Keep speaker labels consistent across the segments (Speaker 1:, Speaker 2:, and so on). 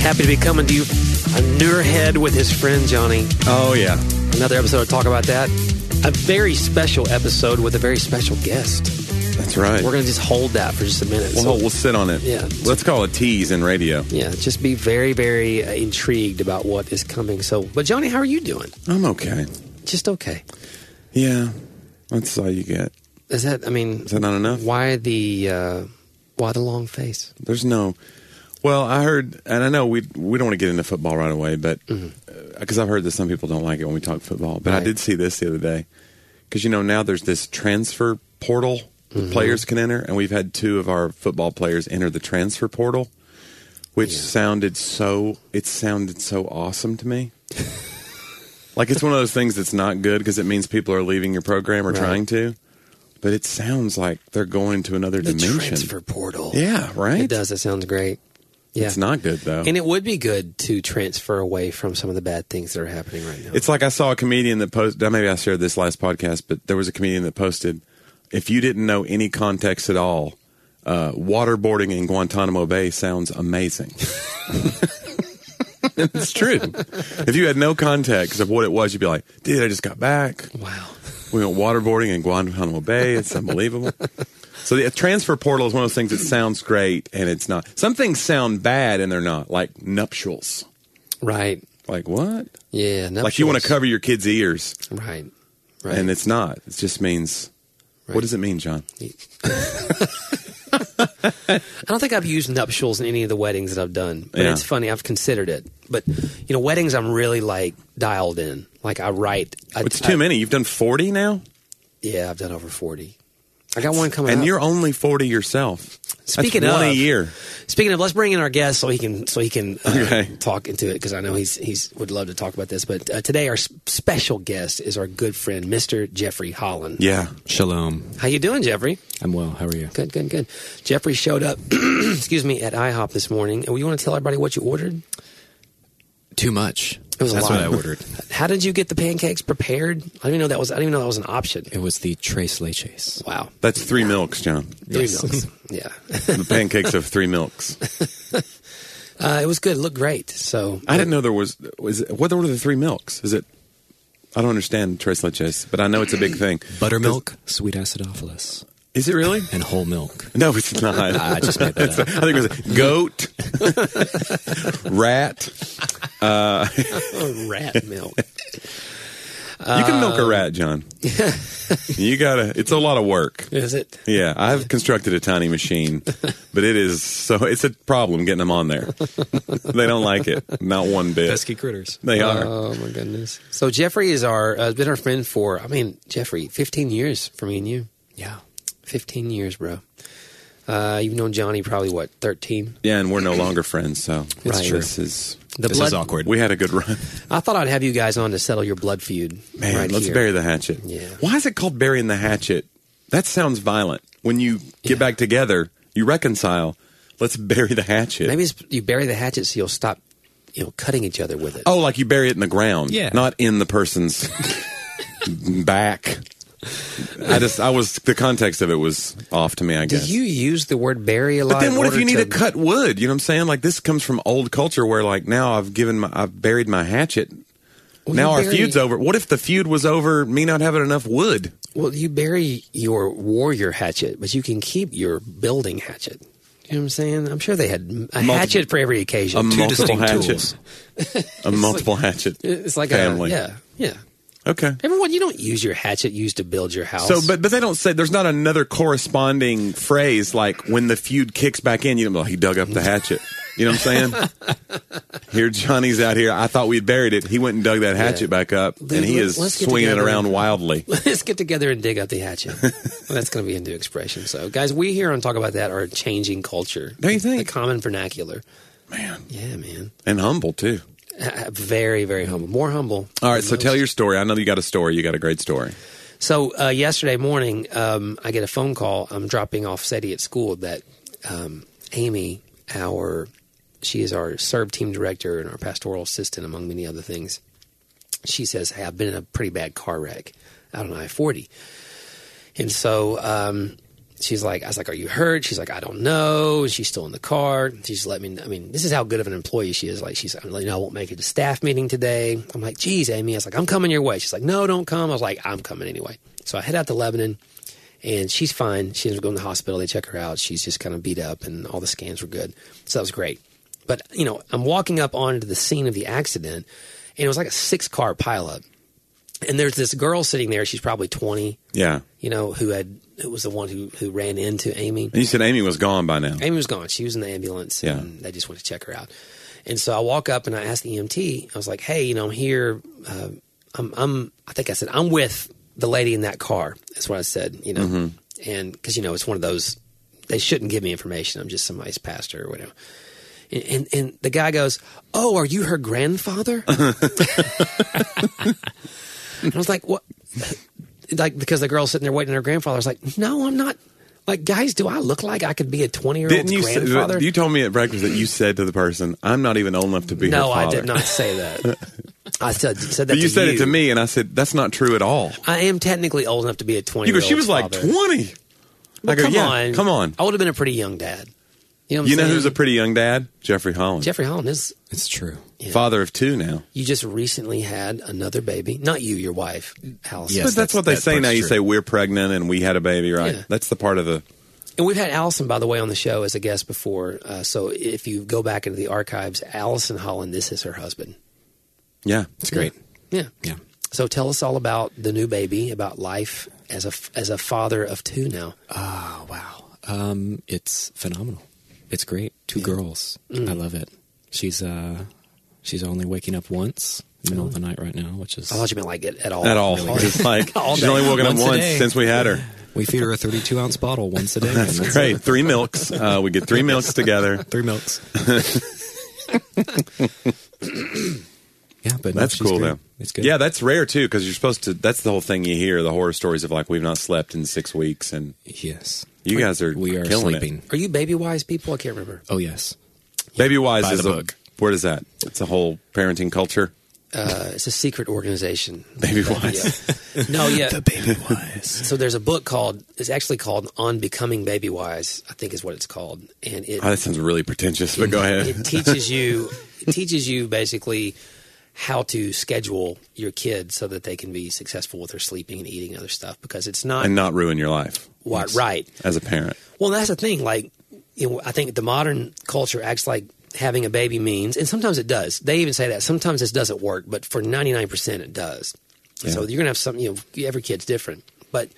Speaker 1: Happy to be coming to you. A newer head with his friend Johnny.
Speaker 2: Oh, yeah.
Speaker 1: Another episode to talk about that. A very special episode with a very special guest.
Speaker 2: That's right.
Speaker 1: We're
Speaker 2: We're
Speaker 1: going to just hold that for just a minute.
Speaker 2: we'll,
Speaker 1: So,
Speaker 2: we'll sit on it.
Speaker 1: Yeah.
Speaker 2: Let's call it tease in radio.
Speaker 1: yeah, just be very, very uh, intrigued about what is coming. So, but Johnny, how are you doing?
Speaker 2: I'm okay.
Speaker 1: Just okay.
Speaker 2: Yeah. That's all you get.
Speaker 1: Is that? I mean,
Speaker 2: Is that not enough?
Speaker 1: why the uh, why the long face?
Speaker 2: There's no. Well, I heard, and I know we we don't want to get into football right away, but because I've heard that some people don't like it when we talk football. But I
Speaker 1: Mm-hmm. Right.
Speaker 2: did see this the other day because you know now there's this transfer portal that
Speaker 1: Mm-hmm.
Speaker 2: players can enter, and we've had two of our football players enter the transfer portal, which sounded so it sounded so awesome to me. like it's one of those things that's not good because it means people are leaving your program or
Speaker 1: Right.
Speaker 2: trying to, but it sounds like they're going to another
Speaker 1: The
Speaker 2: dimension.
Speaker 1: transfer portal.
Speaker 2: Yeah, right.
Speaker 1: It does. It sounds great. Yeah.
Speaker 2: It's not good though.
Speaker 1: And it would be good to transfer away from some of the bad things that are happening right now.
Speaker 2: it's like I saw a comedian that posted. Maybe I shared this last podcast, but there was a comedian that posted, "If you didn't know any context at all, uh, waterboarding in Guantanamo Bay sounds amazing." it's true. If you had no context of what it was, you'd be like, "Dude, I just got back.
Speaker 1: wow.
Speaker 2: We went waterboarding in Guantanamo Bay. It's unbelievable." So the transfer portal is one of those things that sounds great and it's not. Some things sound bad and they're not, like nuptials.
Speaker 1: Right.
Speaker 2: Like what?
Speaker 1: Yeah.
Speaker 2: like you want to
Speaker 1: nuptials.
Speaker 2: cover your kids' ears,
Speaker 1: Right. Right.
Speaker 2: and it's not. It just means. What
Speaker 1: Right.
Speaker 2: does it mean, John?
Speaker 1: I don't think I've used nuptials in any of the weddings that I've done. But
Speaker 2: Yeah.
Speaker 1: it's funny, I've considered it. But you know, weddings I'm really like dialed in. Like I write I,
Speaker 2: It's
Speaker 1: I-
Speaker 2: too many. You've done forty now,
Speaker 1: Yeah, I've done over forty. I got one coming
Speaker 2: and
Speaker 1: up.
Speaker 2: you're only forty yourself.
Speaker 1: Speaking
Speaker 2: That's one a
Speaker 1: of-
Speaker 2: year.
Speaker 1: Speaking of, let's bring in our guest so he can so he can uh,
Speaker 2: Okay.
Speaker 1: talk into it because I know he's he's would love to talk about this. But uh, today our s- special guest is our good friend Mr. Jeffrey Holland.
Speaker 2: Yeah,
Speaker 3: Shalom.
Speaker 1: How you doing, Jeffrey?
Speaker 3: I'm well. How are you?
Speaker 1: Good, good, good. Jeffrey showed up. excuse me at IHOP this morning, and you want to tell everybody what you ordered?
Speaker 3: Too much.
Speaker 1: It was a
Speaker 3: That's
Speaker 1: lot.
Speaker 3: what I ordered.
Speaker 1: How did you get the pancakes prepared? I didn't even know that was I didn't even know that was an option.
Speaker 3: it was the tres leches.
Speaker 1: Wow.
Speaker 2: that's three milks, John.
Speaker 1: Three
Speaker 3: Yes.
Speaker 1: milks. Yeah.
Speaker 2: the pancakes of three milks.
Speaker 1: Uh, it was good. It looked great. So
Speaker 2: I didn't know there was. Was it, what were the three milks? Is it? I don't understand tres leches, but I know it's a big thing.
Speaker 3: Buttermilk, sweet acidophilus,
Speaker 2: Is it really?
Speaker 3: and whole milk.
Speaker 2: No, it's not.
Speaker 3: I just made that up.
Speaker 2: I think it was goat, rat.
Speaker 1: Oh, rat milk.
Speaker 2: You can milk a rat, John. you gotta. It's a lot of work.
Speaker 1: Is it?
Speaker 2: Yeah, I've constructed a tiny machine, but it is so it's a problem getting them on there. they don't like it, not one bit.
Speaker 3: Pesky critters.
Speaker 2: They are.
Speaker 1: Oh my goodness. So Jeffrey is our uh, has been our friend for I mean Jeffrey, fifteen years for me and you.
Speaker 3: Yeah.
Speaker 1: Fifteen years, bro. Uh, you've known Johnny probably what thirteen.
Speaker 2: yeah, and we're no longer friends, so
Speaker 3: It's
Speaker 1: Right.
Speaker 3: true.
Speaker 2: this is
Speaker 1: The
Speaker 3: this
Speaker 1: blood.
Speaker 3: is awkward.
Speaker 2: we had a good run.
Speaker 1: I thought I'd have you guys on to settle your blood feud.
Speaker 2: Man,
Speaker 1: right
Speaker 2: let's
Speaker 1: here.
Speaker 2: bury the hatchet.
Speaker 1: Yeah.
Speaker 2: Why is it called burying the hatchet? That sounds violent. When you get back together, you reconcile. Let's bury the hatchet.
Speaker 1: Maybe it's, you bury the hatchet so you'll stop, you know, cutting each other with it.
Speaker 2: Oh, like you bury it in the ground.
Speaker 3: Yeah.
Speaker 2: Not in the person's back. I just, I was, the context of it was off to me, I
Speaker 1: Do
Speaker 2: guess.
Speaker 1: you use the word bury a lot?
Speaker 2: but then
Speaker 1: in
Speaker 2: what if
Speaker 1: order
Speaker 2: you need
Speaker 1: to,
Speaker 2: to cut wood? You know what I'm saying? Like this comes from old culture where like now I've given my, I've buried my hatchet. now
Speaker 1: you
Speaker 2: our
Speaker 1: bury-
Speaker 2: feud's over. What if the feud was over me not having enough wood?
Speaker 1: Well, you bury your warrior hatchet, but you can keep your building hatchet. You know what I'm saying? I'm sure they had a hatchet for every occasion.
Speaker 2: A multiple
Speaker 3: distinct
Speaker 2: hatchet.
Speaker 3: tools.
Speaker 2: A multiple hatchet.
Speaker 1: it's like
Speaker 2: family.
Speaker 1: a yeah, yeah.
Speaker 2: Okay.
Speaker 1: Everyone, you don't use your hatchet used to build your house.
Speaker 2: So, but but they don't say there's not another corresponding phrase like when the feud kicks back in. You know, he dug up the hatchet. You know what I'm saying? here, Johnny's out here. I thought we'd buried it. He went and dug that hatchet
Speaker 1: Yeah.
Speaker 2: back up, and he
Speaker 1: let-
Speaker 2: is
Speaker 1: let's get
Speaker 2: swinging it
Speaker 1: together.
Speaker 2: around wildly.
Speaker 1: let's get together and dig up the hatchet. well, that's going to be a new expression. So, guys, we here on Talk About That are changing culture.
Speaker 2: Don't you
Speaker 1: The
Speaker 2: think?
Speaker 1: common vernacular.
Speaker 2: Man,
Speaker 1: Yeah, man.
Speaker 2: and humble too.
Speaker 1: Uh, Very, very humble. More humble.
Speaker 2: All right, so tell your story. I know you got a story. You got a great story.
Speaker 1: So uh, yesterday morning, um, I get a phone call. I'm dropping off Seti at school. That um, Amy, our she is our serve team director and our pastoral assistant, among many other things. She says, "Hey, I've been in a pretty bad car wreck out on I-40," and so um, she's like, I was like, are you hurt? She's like, I don't know. And she's still in the car. She's let me, I mean, this is how good of an employee she is. Like, she's, I'm like, no, I won't make it to staff meeting today. I'm like, geez, Amy. I was like, I'm coming your way. She's like, no, don't come. I was like, I'm coming anyway. So I head out to Lebanon and she's fine. She ends up going to the hospital. They check her out. She's just kind of beat up and all the scans were good. So that was great. But, you know, I'm walking up onto the scene of the accident and it was like a six car pileup. And there's this girl sitting there. She's probably 20
Speaker 2: Yeah.
Speaker 1: you know, who had who was the one who who ran into Amy.
Speaker 2: And you said Amy was gone by now.
Speaker 1: Amy was gone. She was in the ambulance,
Speaker 2: Yeah.
Speaker 1: and they just went to check her out. And so I walk up and I ask the EMT. I was like, "Hey, you know, I'm here. Uh, I'm, I'm. I think I said I'm with the lady in that car. That's what I said. You know, and because you know, it's one of those. They shouldn't give me information. I'm just somebody's pastor or whatever. And, and and the guy goes, "Oh, are you her grandfather?" and I was like, "What?" Like because the girl's sitting there waiting on her grandfather. I was like, "No, I'm not." Like, guys, do I look like I could be a 20 year old
Speaker 2: Didn't you? Say,
Speaker 1: grandfather?
Speaker 2: you told me at breakfast that you said to the person, "I'm not even old enough to be." her
Speaker 1: no, I
Speaker 2: father."
Speaker 1: did not say that. I said said that.
Speaker 2: But you
Speaker 1: to
Speaker 2: said it to me, and I said that's not true at all.
Speaker 1: I am technically old enough to be a 20.
Speaker 2: You go. She was like 20. I go.
Speaker 1: come
Speaker 2: yeah,
Speaker 1: on,
Speaker 2: Come on.
Speaker 1: I would have been a pretty young dad. You know, what I'm
Speaker 2: You know
Speaker 1: saying?
Speaker 2: who's a pretty young dad? Jeffrey Holland.
Speaker 1: Jeffrey Holland is.
Speaker 3: It's true.
Speaker 2: Father of two now.
Speaker 1: You just recently had another baby, not you, your wife, Allison.
Speaker 3: Yes.
Speaker 2: but that's what they
Speaker 3: that
Speaker 2: say
Speaker 3: part's
Speaker 2: now. You
Speaker 3: true.
Speaker 2: say we're pregnant and we had a baby, right?
Speaker 1: Yeah.
Speaker 2: That's the part of the.
Speaker 1: And we've had Allison, by the way, on the show as a guest before. Uh, so if you go back into the archives, Allison Holland, this is her husband.
Speaker 2: Yeah,
Speaker 3: It's great.
Speaker 1: Yeah.
Speaker 3: Yeah.
Speaker 1: So tell us all about the new baby, about life as a as a father of two now.
Speaker 3: Oh wow. Um, it's phenomenal. It's great. Two girls. I love it. She's uh, she's only waking up once in the middle of the night right now, which is
Speaker 1: I thought you meant like it at all.
Speaker 2: At all,
Speaker 1: Really.
Speaker 2: it's like
Speaker 1: All
Speaker 2: she's
Speaker 1: day.
Speaker 2: only woken up
Speaker 3: Once a
Speaker 2: once
Speaker 3: day.
Speaker 2: since we had her.
Speaker 3: we feed her a 32 ounce bottle once a day. and
Speaker 2: That's great. Three milks. Uh, we get three milks together.
Speaker 3: Three milks. yeah, but no,
Speaker 2: That's
Speaker 3: she's
Speaker 2: cool
Speaker 3: good.
Speaker 2: though.
Speaker 3: It's good.
Speaker 2: Yeah, that's rare too because you're supposed to. That's the whole thing you hear the horror stories of like we've not slept in six weeks and
Speaker 3: yes.
Speaker 2: you guys are
Speaker 3: We are
Speaker 2: killing
Speaker 3: sleeping.
Speaker 2: It.
Speaker 1: Are you baby wise people? I can't remember.
Speaker 3: Oh yes.
Speaker 2: Baby wise
Speaker 3: By
Speaker 2: is
Speaker 3: the
Speaker 2: a
Speaker 3: book.
Speaker 2: where is that? It's a whole parenting culture.
Speaker 1: Uh, it's a secret organization.
Speaker 2: Baby wise.
Speaker 1: Yeah. No, yeah.
Speaker 3: baby wise.
Speaker 1: So there's a book called. It's actually called On Becoming Baby Wise. I think is what it's called, and it
Speaker 2: Oh, that sounds really pretentious, but go
Speaker 1: it
Speaker 2: ahead.
Speaker 1: teaches you it teaches you basically how to schedule your kids so that they can be successful with their sleeping and eating and other stuff because it's not
Speaker 2: And not ruin your life
Speaker 1: what right.
Speaker 2: as a parent.
Speaker 1: Well, that's the thing. Like, you know, I think the modern culture acts like having a baby means, and sometimes it does. They even say that sometimes this doesn't work, but for ninety nine percent, it does. So you're gonna have some. You know, every kid's different, but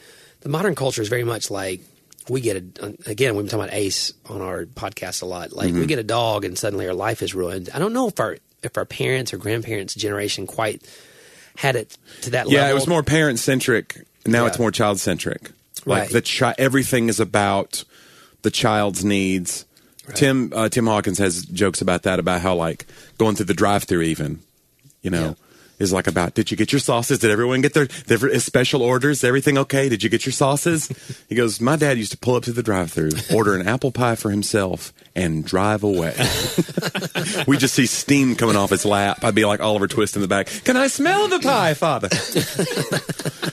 Speaker 1: the modern culture is very much like we get a. Again, we've been talking about Ace on our podcast a lot. Like
Speaker 2: Mm-hmm.
Speaker 1: we get a dog, and suddenly our life is ruined. I don't know if our if our parents or grandparents' generation quite had it to that level.
Speaker 2: Yeah, it was more parent centric. Now
Speaker 1: Yeah.
Speaker 2: it's more child centric.
Speaker 1: Right.
Speaker 2: Like the chi- everything is about the child's needs. Tim uh, Tim Hawkins has jokes about that about how like going through the drive-through even, you know, is like about did you get your sauces? Did everyone get their, their is special orders? Is everything okay? Did you get your sauces? he goes, my dad used to pull up to the drive-through, order an apple pie for himself, and drive away. we just see steam coming off his lap. I'd be like Oliver Twist in the back. Can I smell the pie, Father?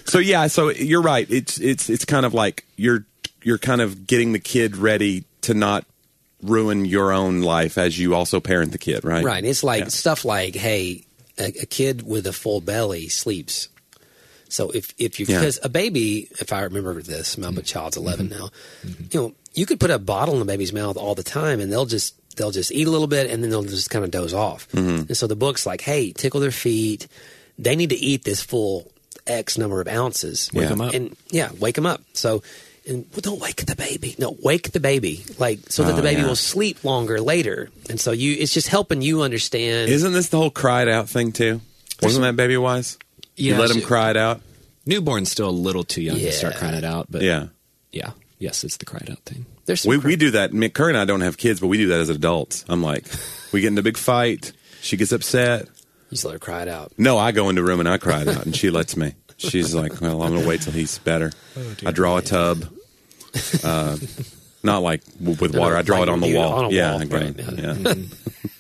Speaker 2: so yeah, so you're right. It's it's it's kind of like you're you're kind of getting the kid ready to not ruin your own life as you also parent the kid, right?
Speaker 1: Right. It's like
Speaker 2: Yeah.
Speaker 1: stuff like, hey, a, a kid with a full belly sleeps. So if if you
Speaker 2: Yeah.
Speaker 1: because a baby, if I remember this, my child's 11 now, you know, you could put a bottle in the baby's mouth all the time, and they'll just they'll just eat a little bit, and then they'll just kind of doze off. And so the book's like, hey, tickle their feet. They need to eat this full X number of ounces.
Speaker 3: Wake
Speaker 2: Yeah.
Speaker 3: 'em up.
Speaker 1: And yeah, wake them up. So. And well, don't wake the baby. No, wake the baby, like so that
Speaker 2: Oh,
Speaker 1: the baby
Speaker 2: yeah.
Speaker 1: will sleep longer later. And so you, it's just helping you understand.
Speaker 2: Isn't this the whole cried out thing too? Wasn't that baby wise?
Speaker 3: Yeah,
Speaker 2: you let
Speaker 3: she-
Speaker 2: him cry it out.
Speaker 3: Newborn's still a little too young
Speaker 1: Yeah.
Speaker 3: to start crying it out, but
Speaker 2: Yeah.
Speaker 3: yeah, yes, it's the cried out thing.
Speaker 1: There's some
Speaker 2: We
Speaker 1: cra-
Speaker 2: we do that. Mick Kerr and I don't have kids, but we do that as adults. I'm like, we get into a big fight. She gets upset.
Speaker 1: you just let her cry it out.
Speaker 2: No, I go into a room and I cry it out, and she lets me. She's like, "Well, I'm gonna wait till he's better." I draw a tub, uh, not like w- with
Speaker 1: no,
Speaker 2: water. I draw
Speaker 1: like
Speaker 2: it on the
Speaker 1: you-
Speaker 2: wall.
Speaker 1: on a
Speaker 2: yeah,
Speaker 1: wall,
Speaker 2: I draw
Speaker 1: right,
Speaker 2: it, yeah.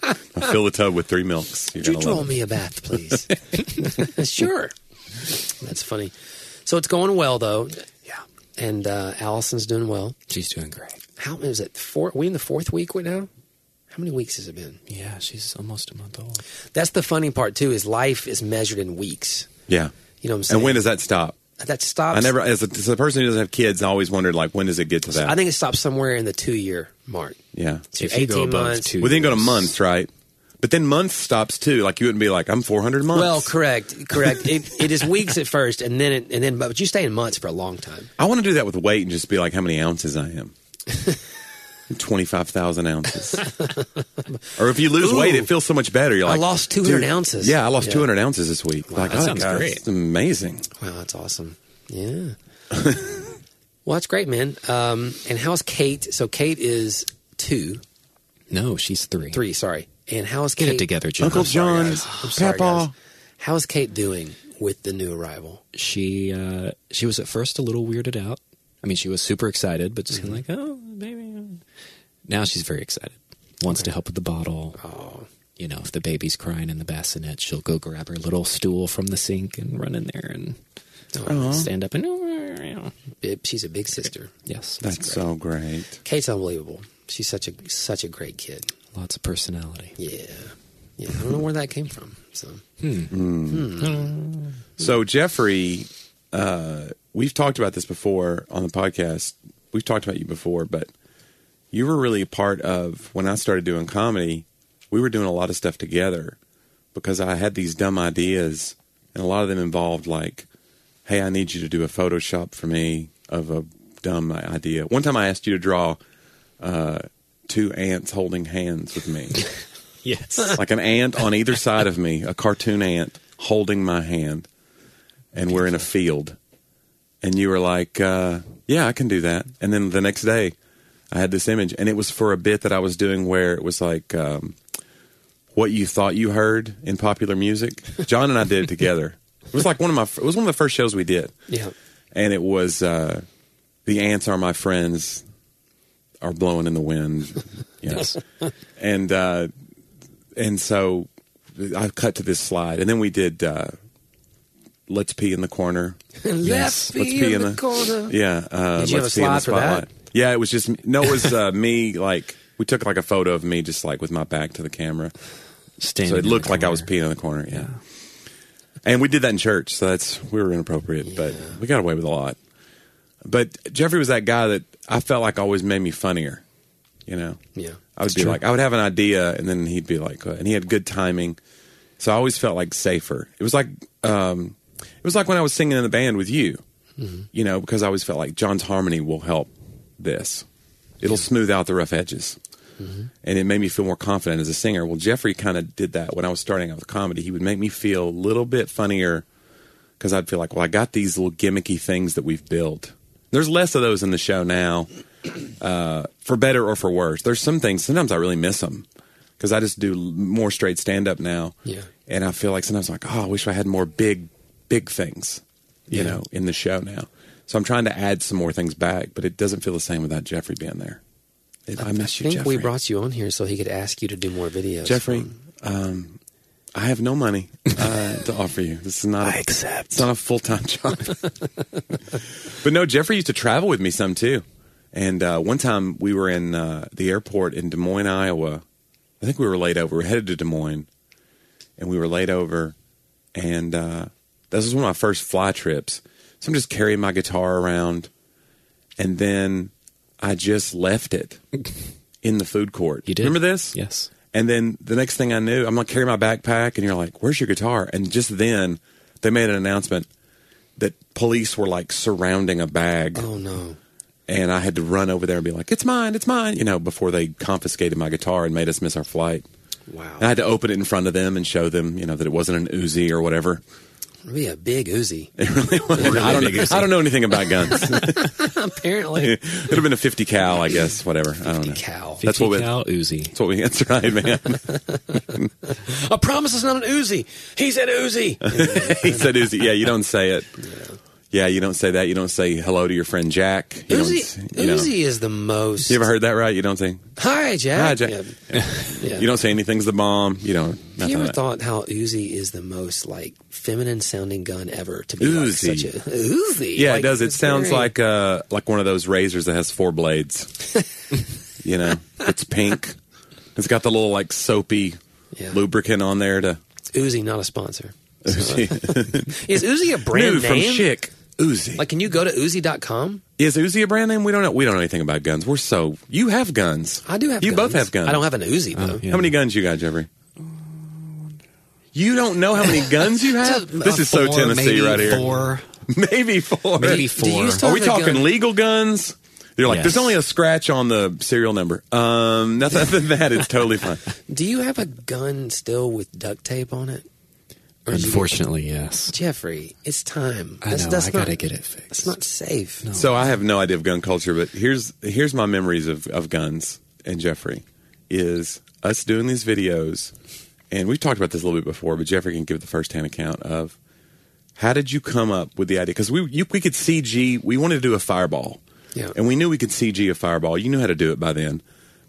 Speaker 2: I fill the tub with three milks. You're
Speaker 1: Could you
Speaker 2: gonna
Speaker 1: draw
Speaker 2: love it.
Speaker 1: me a bath, please? sure. That's funny. So it's going well, though. Yeah. and uh, Allison's doing well.
Speaker 3: She's doing great.
Speaker 1: How is it? Four? We in the fourth week right now? How many weeks has it been?
Speaker 3: Yeah, she's almost a month old.
Speaker 1: That's the funny part too. Is life is measured in weeks.
Speaker 2: Yeah.
Speaker 1: You know what I'm saying?
Speaker 2: And when does that stop?
Speaker 1: that stops?
Speaker 2: I never, as a, as a person who doesn't have kids, I always wondered like when does it get to that?
Speaker 1: I think it stops somewhere in the two year mark.
Speaker 2: yeah.
Speaker 1: So
Speaker 3: If you go above
Speaker 1: months.
Speaker 3: two-
Speaker 2: We then go to months, right? But then months stops too. Like you wouldn't be like I'm 400 months.
Speaker 1: Well, correct, correct. it, it is weeks at first, and then it, and then, but you stay in months for a long time.
Speaker 2: I want to do that with weight and just be like how many ounces I am. Twenty five thousand ounces. or if you lose
Speaker 1: Ooh.
Speaker 2: weight, it feels so much better. You're
Speaker 1: I
Speaker 2: like
Speaker 1: lost 200
Speaker 2: "Dude,
Speaker 1: ounces."
Speaker 2: Yeah, I lost
Speaker 1: Yeah.
Speaker 2: 200 ounces this week. like
Speaker 3: that
Speaker 2: oh,
Speaker 3: sounds
Speaker 2: God,
Speaker 3: great.
Speaker 2: It's amazing.
Speaker 1: Wow, that's awesome. Yeah. well, that's great, man. Um, and how's Kate? So Kate is two,
Speaker 3: No, she's three.
Speaker 1: three. Sorry. And how's Kate?
Speaker 3: Get it together, John.
Speaker 2: Uncle John,
Speaker 1: guys. I'm sorry,
Speaker 2: Papa.
Speaker 1: guys. How's Kate doing with the new arrival?
Speaker 3: She uh, she was at first a little weirded out. I mean, she was super excited, but just kind
Speaker 1: Mm-hmm.
Speaker 3: of like, oh, baby. Now she's very excited. Wants to help with the bottle.
Speaker 1: Oh,
Speaker 3: You know, if the baby's crying in the bassinet, she'll go grab her little stool from the sink and run in there and
Speaker 2: Uh-huh.
Speaker 1: Uh-huh.
Speaker 3: stand up and.
Speaker 1: bi- she's a oh, big sister.
Speaker 3: Yes,
Speaker 2: That's so great.
Speaker 1: Kate's unbelievable. She's such a such a great kid.
Speaker 3: lots of personality.
Speaker 1: Yeah. Yeah. I don't know where that came from. So
Speaker 2: So Jeffrey, uh, we've talked about this before on the podcast. We've talked about you before, but you were really a part of when I started doing comedy. We were doing a lot of stuff together because I had these dumb ideas, and a lot of them involved like, "Hey, I need you to do a Photoshop for me of a dumb idea." One time, I asked you to draw uh, two ants holding hands with me.
Speaker 3: Yes,
Speaker 2: like an ant on either side of me, a cartoon ant holding my hand, and we're in a field. And you were like, uh, "Yeah, I can do that." And then the next day, I had this image, and it was for a bit that I was doing where it was like um, what you thought you heard in popular music. John and I did it together. It was like one of my. It was one of the first shows we did
Speaker 1: yeah.
Speaker 2: and it was uh, the ants are my friends are blowing in the wind yes and uh, and so i cut to this slide and then we did uh, let's pee in the corner
Speaker 1: Left
Speaker 2: let's
Speaker 1: pee in the corner.
Speaker 2: yeah uh,
Speaker 1: Did you have
Speaker 2: let's
Speaker 1: a
Speaker 2: pee in the
Speaker 1: slide for that?
Speaker 2: spotlight yeah it was just no it was uh, me like we took like a photo of me just like with my back to the camera
Speaker 3: Standing
Speaker 2: so it
Speaker 3: in the
Speaker 2: looked like I was
Speaker 3: corner.
Speaker 2: peeing in the corner. Yeah. And we did that in church, so that's we were inappropriate, but we got away with a lot. But Jeffrey was that guy that I felt like always made me funnier. You know,
Speaker 1: Yeah.
Speaker 2: I would be
Speaker 3: true.
Speaker 2: like, I would have an idea, and then he'd be like, uh, and he had good timing, so I always felt like safer. It was like, um, it was like when I was singing in the band with you, you know, because I always felt like John's harmony will help this. It'll smooth out the rough edges, and it made me feel more confident as a singer. Well, Jeffrey kind of did that when I was starting out with comedy. He would make me feel a little bit funnier because I'd feel like, well, I got these little gimmicky things that we've built. There's less of those in the show now uh, for better or for worse. There's some things sometimes I really miss them because I just do l- more straight stand up now.
Speaker 1: Yeah.
Speaker 2: and I feel like sometimes like oh, I wish I had more big, big things, you know, in the show now. So I'm trying to add some more things back, but it doesn't feel the same without Jeffrey being there. It, I, miss
Speaker 1: I
Speaker 2: you,
Speaker 1: think
Speaker 2: Jeffrey.
Speaker 1: we brought you on here so he could ask you to do more videos.
Speaker 2: Jeffrey. Um, I have no money uh, to offer you. This is not. a-
Speaker 3: accept.
Speaker 2: it's not a full time job. but no, Jeffrey used to travel with me some too. And uh, one time we were in uh, the airport in Des Moines, Iowa. I think we were laid over. We were headed to Des Moines, and we were laid over. And uh, this was one of my first fly trips. So I'm just carrying my guitar around, and then I just left it in the food court.
Speaker 3: You did
Speaker 2: remember this?
Speaker 3: Yes.
Speaker 2: And then the next thing I knew, I'm like carrying my backpack, and you're like, "Where's your guitar?" And just then, they made an announcement that police were like surrounding a bag,
Speaker 1: Oh no.
Speaker 2: and I had to run over there and be like, "It's mine, it's mine," you know, before they confiscated my guitar and made us miss our flight.
Speaker 1: Wow.
Speaker 2: And I had to open it in front of them and show them, you know, that it wasn't an Uzi or whatever.
Speaker 1: It'd be a big Uzi.
Speaker 2: I, don't know, I don't know anything about guns. It'd
Speaker 1: Apparently.
Speaker 2: have been a 50 cal, I guess, whatever. I don't know.
Speaker 1: Cow.
Speaker 2: That's what we-
Speaker 3: cal Uzi.
Speaker 2: That's what we answered, right, man.
Speaker 1: I promise it's not an Uzi. He said Uzi.
Speaker 2: he said Uzi. Yeah, you don't say it. Yeah, you don't say that. You don't say hello to your friend Jack. You don't say-
Speaker 1: Uzi,
Speaker 2: you, know.
Speaker 1: Uzi is the most.
Speaker 2: You ever heard that right? You don't say.
Speaker 1: Hi, Jack.
Speaker 2: Hi, Jack.
Speaker 1: Yeah.
Speaker 2: You don't say anything's the bomb. You don't.
Speaker 1: Have
Speaker 2: nothing
Speaker 1: you ever
Speaker 2: like that.
Speaker 1: thought how Uzi is the most like feminine sounding gun ever to be
Speaker 2: Uzi.
Speaker 1: like such a Uzi?
Speaker 2: Yeah,
Speaker 1: Like,
Speaker 2: it does. It
Speaker 1: it's
Speaker 2: sounds
Speaker 1: very-
Speaker 2: like uh, like one of those razors that has four blades. you know, it's pink. It's got the little like soapy
Speaker 1: Yeah.
Speaker 2: lubricant on there to
Speaker 1: Uzi, not a sponsor.
Speaker 2: Uzi.
Speaker 1: Is Uzi a brand
Speaker 2: New from
Speaker 1: name?
Speaker 2: Chic Uzi.
Speaker 1: Like, can you go to Uzi.com?
Speaker 2: is Uzi a brand name? We don't know. We don't know anything about guns. We're so you have guns.
Speaker 1: I do have.
Speaker 2: You both
Speaker 1: guns.
Speaker 2: have guns. Oh,
Speaker 1: I don't have an Uzi though.
Speaker 3: yeah.
Speaker 2: How many guns you got, Jeffrey? You don't know how many guns you have. this is so Tennessee right here.
Speaker 3: uh, Four.
Speaker 2: Maybe four.
Speaker 3: Maybe
Speaker 1: Do you
Speaker 3: four.
Speaker 1: used to
Speaker 2: Are
Speaker 1: have
Speaker 2: we
Speaker 1: a
Speaker 2: talking
Speaker 1: gun-
Speaker 2: legal guns? You're like,
Speaker 3: Yes.
Speaker 2: there's only a scratch on the serial number. Um, nothing other than that. It's totally fine.
Speaker 1: Do you have a gun still with duct tape on it? Or do you-
Speaker 3: Unfortunately, yes.
Speaker 1: Jeffrey, it's time.
Speaker 3: I
Speaker 1: That's-
Speaker 3: know.
Speaker 1: that's
Speaker 3: I
Speaker 1: not-
Speaker 3: gotta get it
Speaker 1: That's
Speaker 3: fixed.
Speaker 1: not safe.
Speaker 2: So I have no idea of gun culture, but here's here's my memories of, of guns and Jeffrey is us doing these videos, and we've talked about this a little bit before, but Jeffrey can give the first hand account of how did you come up with the idea? Because we you, we could CG, we wanted to do a fireball,
Speaker 1: Yeah.
Speaker 2: and we knew we could CG a fireball. You knew how to do it by then,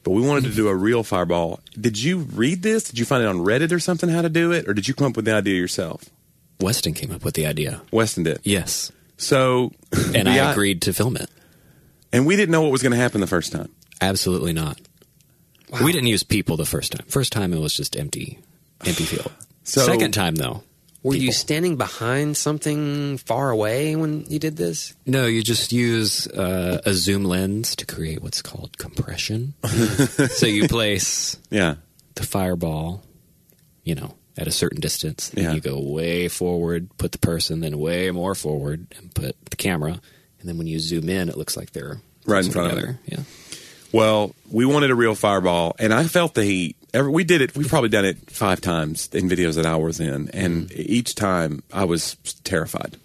Speaker 2: but we wanted to do a real fireball. Did you read this? Did you find it on Reddit or something how to do it, or did you come up with the idea yourself?
Speaker 3: Weston came up with the idea.
Speaker 2: Weston did.
Speaker 3: Yes,
Speaker 2: So,
Speaker 3: and
Speaker 2: the
Speaker 3: I
Speaker 2: i-
Speaker 3: agreed to film it.
Speaker 2: and we didn't know what was going to happen the first time.
Speaker 3: Absolutely not.
Speaker 1: Wow.
Speaker 3: We didn't use people the first time. First time it was just empty, empty field.
Speaker 2: So-
Speaker 3: Second time though,
Speaker 1: Were you
Speaker 3: people.
Speaker 1: standing behind something far away when you did this?
Speaker 3: No, you just use uh, a zoom lens to create what's called compression. so you place
Speaker 2: Yeah.
Speaker 3: the fireball, you know, at a certain distance,
Speaker 2: Yeah.
Speaker 3: and you go way forward, put the person, then way more forward, and put the camera. And then when you zoom in, it looks like they're
Speaker 2: Right in
Speaker 3: sort
Speaker 2: front of them.
Speaker 3: Yeah.
Speaker 2: Well, we wanted a real fireball, and I felt the heat. Every, we did it. We've probably done it five times in videos that I was in, and
Speaker 3: Mm.
Speaker 2: each time I was terrified,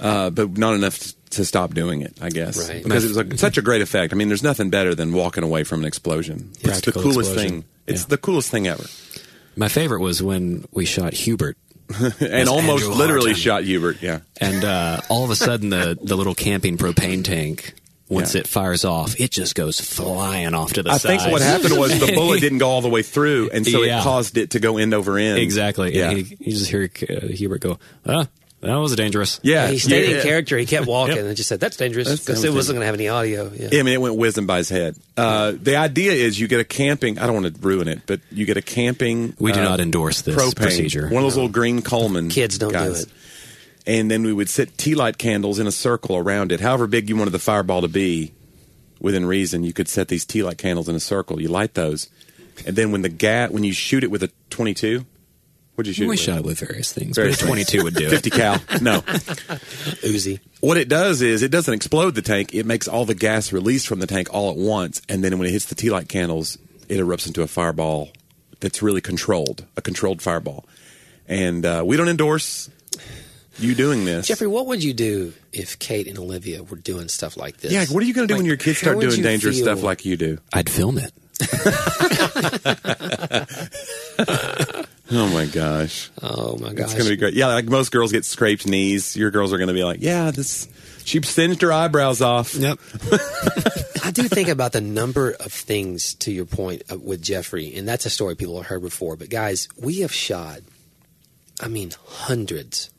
Speaker 2: uh, but not enough t- to stop doing it. I guess
Speaker 1: Right.
Speaker 2: because it was like, such a great effect. I mean, there's nothing better than walking away from an explosion. it's the
Speaker 3: Practical
Speaker 2: coolest
Speaker 3: explosion.
Speaker 2: thing. It's
Speaker 3: Yeah.
Speaker 2: the coolest thing ever,
Speaker 3: My favorite was when we shot Hubert,
Speaker 2: and almost
Speaker 3: Andrew
Speaker 2: literally
Speaker 3: Hart.
Speaker 2: shot Hubert. Yeah,
Speaker 3: and uh, all of a sudden the the little camping propane tank. Once
Speaker 2: Yeah.
Speaker 3: it fires off, it just goes flying off to the
Speaker 2: I
Speaker 3: side.
Speaker 2: think what happened was the bullet didn't go all the way through, and so
Speaker 3: Yeah.
Speaker 2: it caused it to go end over end.
Speaker 3: Exactly.
Speaker 2: Yeah.
Speaker 3: And he, you just hear uh, Hubert go, ah, that was dangerous.
Speaker 2: yeah.
Speaker 1: he stayed
Speaker 2: Yeah.
Speaker 1: in character. He kept walking and just said, "That's dangerous,"
Speaker 2: That's
Speaker 1: because it
Speaker 2: dangerous.
Speaker 1: wasn't going to have any audio. Yeah.
Speaker 2: Yeah, I mean, it went whizzing by his head. Uh, the idea is you get a camping. I don't want to ruin it, but you get a camping.
Speaker 3: We do
Speaker 2: uh,
Speaker 3: not endorse this
Speaker 2: propane,
Speaker 3: procedure.
Speaker 2: One of those little green Coleman
Speaker 1: Kids don't do
Speaker 2: guys.
Speaker 1: it.
Speaker 2: And then we would set tea light candles in a circle around it. However big you wanted the fireball to be, within reason, you could set these tea light candles in a circle. You light those, and then when the gat when you shoot it with a twenty two, what'd you shoot? it
Speaker 3: we
Speaker 2: with?
Speaker 3: shot it with various things.
Speaker 2: Various
Speaker 3: but a 22 would do it.
Speaker 2: Fifty cal. No.
Speaker 1: Uzi.
Speaker 2: What it does is it doesn't explode the tank. It makes all the gas released from the tank all at once, and then when it hits the tea light candles, it erupts into a fireball that's really controlled, a controlled fireball. And uh, we don't endorse you doing this,
Speaker 1: Jeffrey, what would you do if Kate and Olivia were doing stuff like this?
Speaker 2: Yeah, what are you going to do when
Speaker 1: Like,
Speaker 2: your kids
Speaker 1: how
Speaker 2: start
Speaker 1: would
Speaker 2: doing
Speaker 1: you
Speaker 2: dangerous
Speaker 1: feel?
Speaker 2: stuff like you do?
Speaker 3: I'd film it.
Speaker 2: Oh my gosh,
Speaker 1: Oh my gosh!
Speaker 2: it's going to be great. Yeah, like most girls get scraped knees. Your girls are going to be like, yeah, this. She singed her eyebrows off.
Speaker 3: Yep.
Speaker 1: I do think about the number of things to your point uh, with Jeffrey, and that's a story people have heard before. But guys, we have shot, I mean, hundreds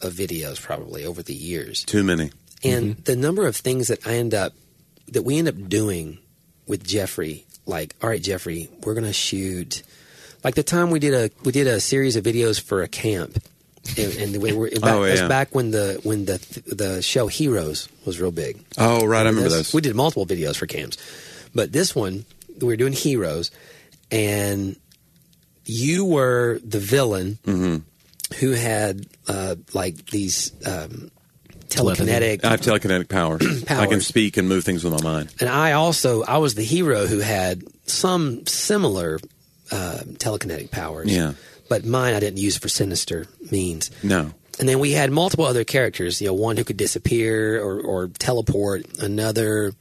Speaker 1: of videos probably over the years,
Speaker 2: Too many.
Speaker 1: and
Speaker 2: Mm-hmm.
Speaker 1: the number of things that I end up that we end up doing with Jeffrey, like, all right, Jeffrey, we're gonna shoot. Like the time we did a we did a series of videos for a camp, and, and we were back,
Speaker 2: Oh,
Speaker 1: that's
Speaker 2: yeah.
Speaker 1: back when the when the the show Heroes was real big.
Speaker 2: Oh right, I remember
Speaker 1: This-
Speaker 2: those.
Speaker 1: We did multiple videos for cams, but this one we were doing heroes, and you were the villain
Speaker 2: Mm-hmm.
Speaker 1: who had uh, like these um, telekinetic,
Speaker 2: I have telekinetic powers. I can
Speaker 1: Powers.
Speaker 2: speak and move things with my mind.
Speaker 1: and I also I was the hero who had some similar uh, telekinetic powers.
Speaker 2: Yeah.
Speaker 1: but mine I didn't use for sinister means.
Speaker 2: No.
Speaker 1: and then we had multiple other characters. You know, one who could disappear or, or teleport. Another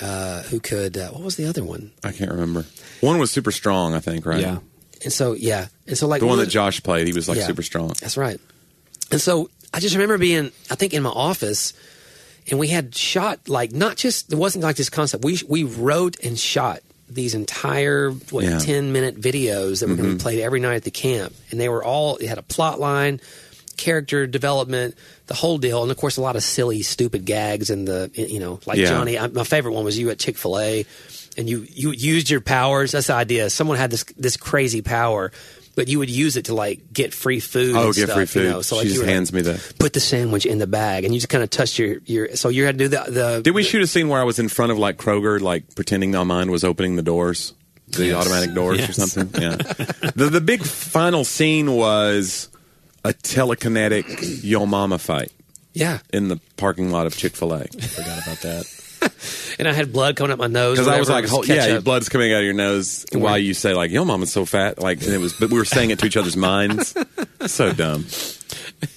Speaker 1: uh, who could. Uh, what was the other one?
Speaker 2: I can't remember. One was super strong, I think, right?
Speaker 3: Yeah.
Speaker 1: And so yeah, and so like
Speaker 2: The one
Speaker 1: we-
Speaker 2: that Josh played, he was like
Speaker 1: Yeah.
Speaker 2: super strong.
Speaker 1: That's right. And so I just remember being, I think, in my office, and we had shot like not just it wasn't like this concept. We we wrote and shot these entire what
Speaker 2: Yeah. Mm-hmm.
Speaker 1: ten minute videos that were going to be played every night at the camp, and they were all it had a plot line, character development, the whole deal, and of course a lot of silly, stupid gags and the you know like
Speaker 2: Yeah.
Speaker 1: Johnny. I, my favorite one was you at Chick fil A, and you you used your powers. That's the idea. Someone had this this crazy power. But you would use it to like get free food.
Speaker 2: Oh,
Speaker 1: and
Speaker 2: get
Speaker 1: stuff,
Speaker 2: free
Speaker 1: You
Speaker 2: food.
Speaker 1: know? So like
Speaker 2: she
Speaker 1: you
Speaker 2: just
Speaker 1: were like,
Speaker 2: hands me the.
Speaker 1: put the sandwich in the bag and you just kind of touch your your so you had to do the the
Speaker 2: Did we shoot a scene where I was in front of like Kroger, like pretending that mine was opening the doors, the automatic doors
Speaker 3: Yes.
Speaker 2: or something? Yeah. the the big final scene was a telekinetic yo mama fight
Speaker 1: yeah
Speaker 2: in the parking lot of Chick Fil A
Speaker 3: Forgot about that.
Speaker 1: and i had blood coming up my nose
Speaker 2: because I was
Speaker 1: whatever,
Speaker 2: like,
Speaker 1: it
Speaker 2: "Hol- yeah, your
Speaker 1: ketchup.
Speaker 2: blood's coming out of your nose while you say like yo mama's so fat, like and it was, but we were saying it to each other's minds. So dumb.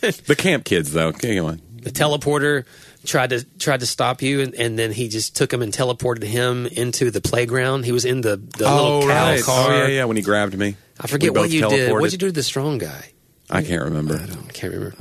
Speaker 2: The camp kids though, Okay, come on.
Speaker 1: the teleporter tried to tried to stop you and, and then he just took him and teleported him into the playground he was in the, the little cow car
Speaker 2: Oh yeah, yeah. When he grabbed me,
Speaker 1: i forget
Speaker 2: We
Speaker 1: what
Speaker 2: both
Speaker 1: you did
Speaker 2: teleported.
Speaker 1: what'd you do to the strong guy
Speaker 2: I can't remember.
Speaker 1: i can't remember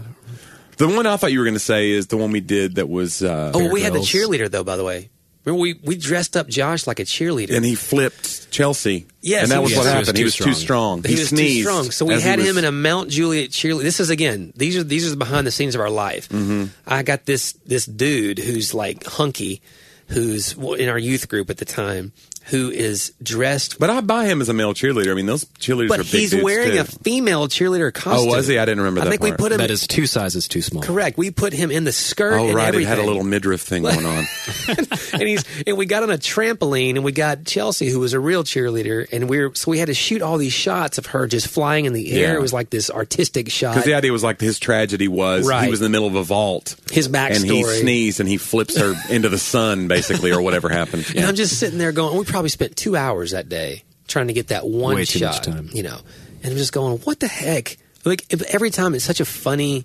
Speaker 2: The one I thought you were going to say is the one we did that was, uh,
Speaker 1: oh we had the
Speaker 3: Grylls.
Speaker 1: cheerleader though by the way Remember we, we dressed up Josh like a cheerleader.
Speaker 2: and he flipped Chelsea.
Speaker 1: Yes,
Speaker 2: and
Speaker 1: he
Speaker 2: that was
Speaker 1: was-
Speaker 2: what
Speaker 1: yes, he was
Speaker 2: happened.
Speaker 3: too
Speaker 2: He was too strong.
Speaker 1: he, was
Speaker 2: sneezed.
Speaker 1: too strong. So we
Speaker 2: as he
Speaker 1: had
Speaker 2: was-
Speaker 1: him in a Mount Juliet cheerleader. This is again. These are these are the behind the scenes of our life.
Speaker 2: Mm-hmm.
Speaker 1: I got this this dude who's like hunky, who's in our youth group at the time, who is dressed,
Speaker 2: But I buy him as a male cheerleader. I mean, those cheerleaders are
Speaker 1: but
Speaker 2: big
Speaker 1: he's
Speaker 2: dudes,
Speaker 1: wearing
Speaker 2: too. Oh,
Speaker 1: a female cheerleader costume.
Speaker 2: was he? I didn't remember
Speaker 1: I
Speaker 2: that
Speaker 1: think
Speaker 2: part.
Speaker 1: we put him.
Speaker 3: That is two sizes too small.
Speaker 1: correct. We put him in the skirt.
Speaker 2: Oh
Speaker 1: and
Speaker 2: right, it
Speaker 1: everything.
Speaker 2: had a little midriff thing going on.
Speaker 1: and he's and we got on a trampoline and we got Chelsea who was a real cheerleader and we were so we had to shoot all these shots of her just flying in the air.
Speaker 2: Yeah.
Speaker 1: It was like this artistic shot.
Speaker 2: Because the idea was like his tragedy was
Speaker 1: Right.
Speaker 2: he was in the middle of a vault,
Speaker 1: His
Speaker 2: and he
Speaker 1: backstory.
Speaker 2: sneezed and he flips her into the sun, basically, or whatever happened.
Speaker 1: And I'm just sitting there going, we probably spent two hours that day trying to get that one
Speaker 3: Way too much
Speaker 1: shot,
Speaker 3: time.
Speaker 1: you know. And I'm just going, what the heck? Like if- every time it's such a funny.
Speaker 2: Yeah.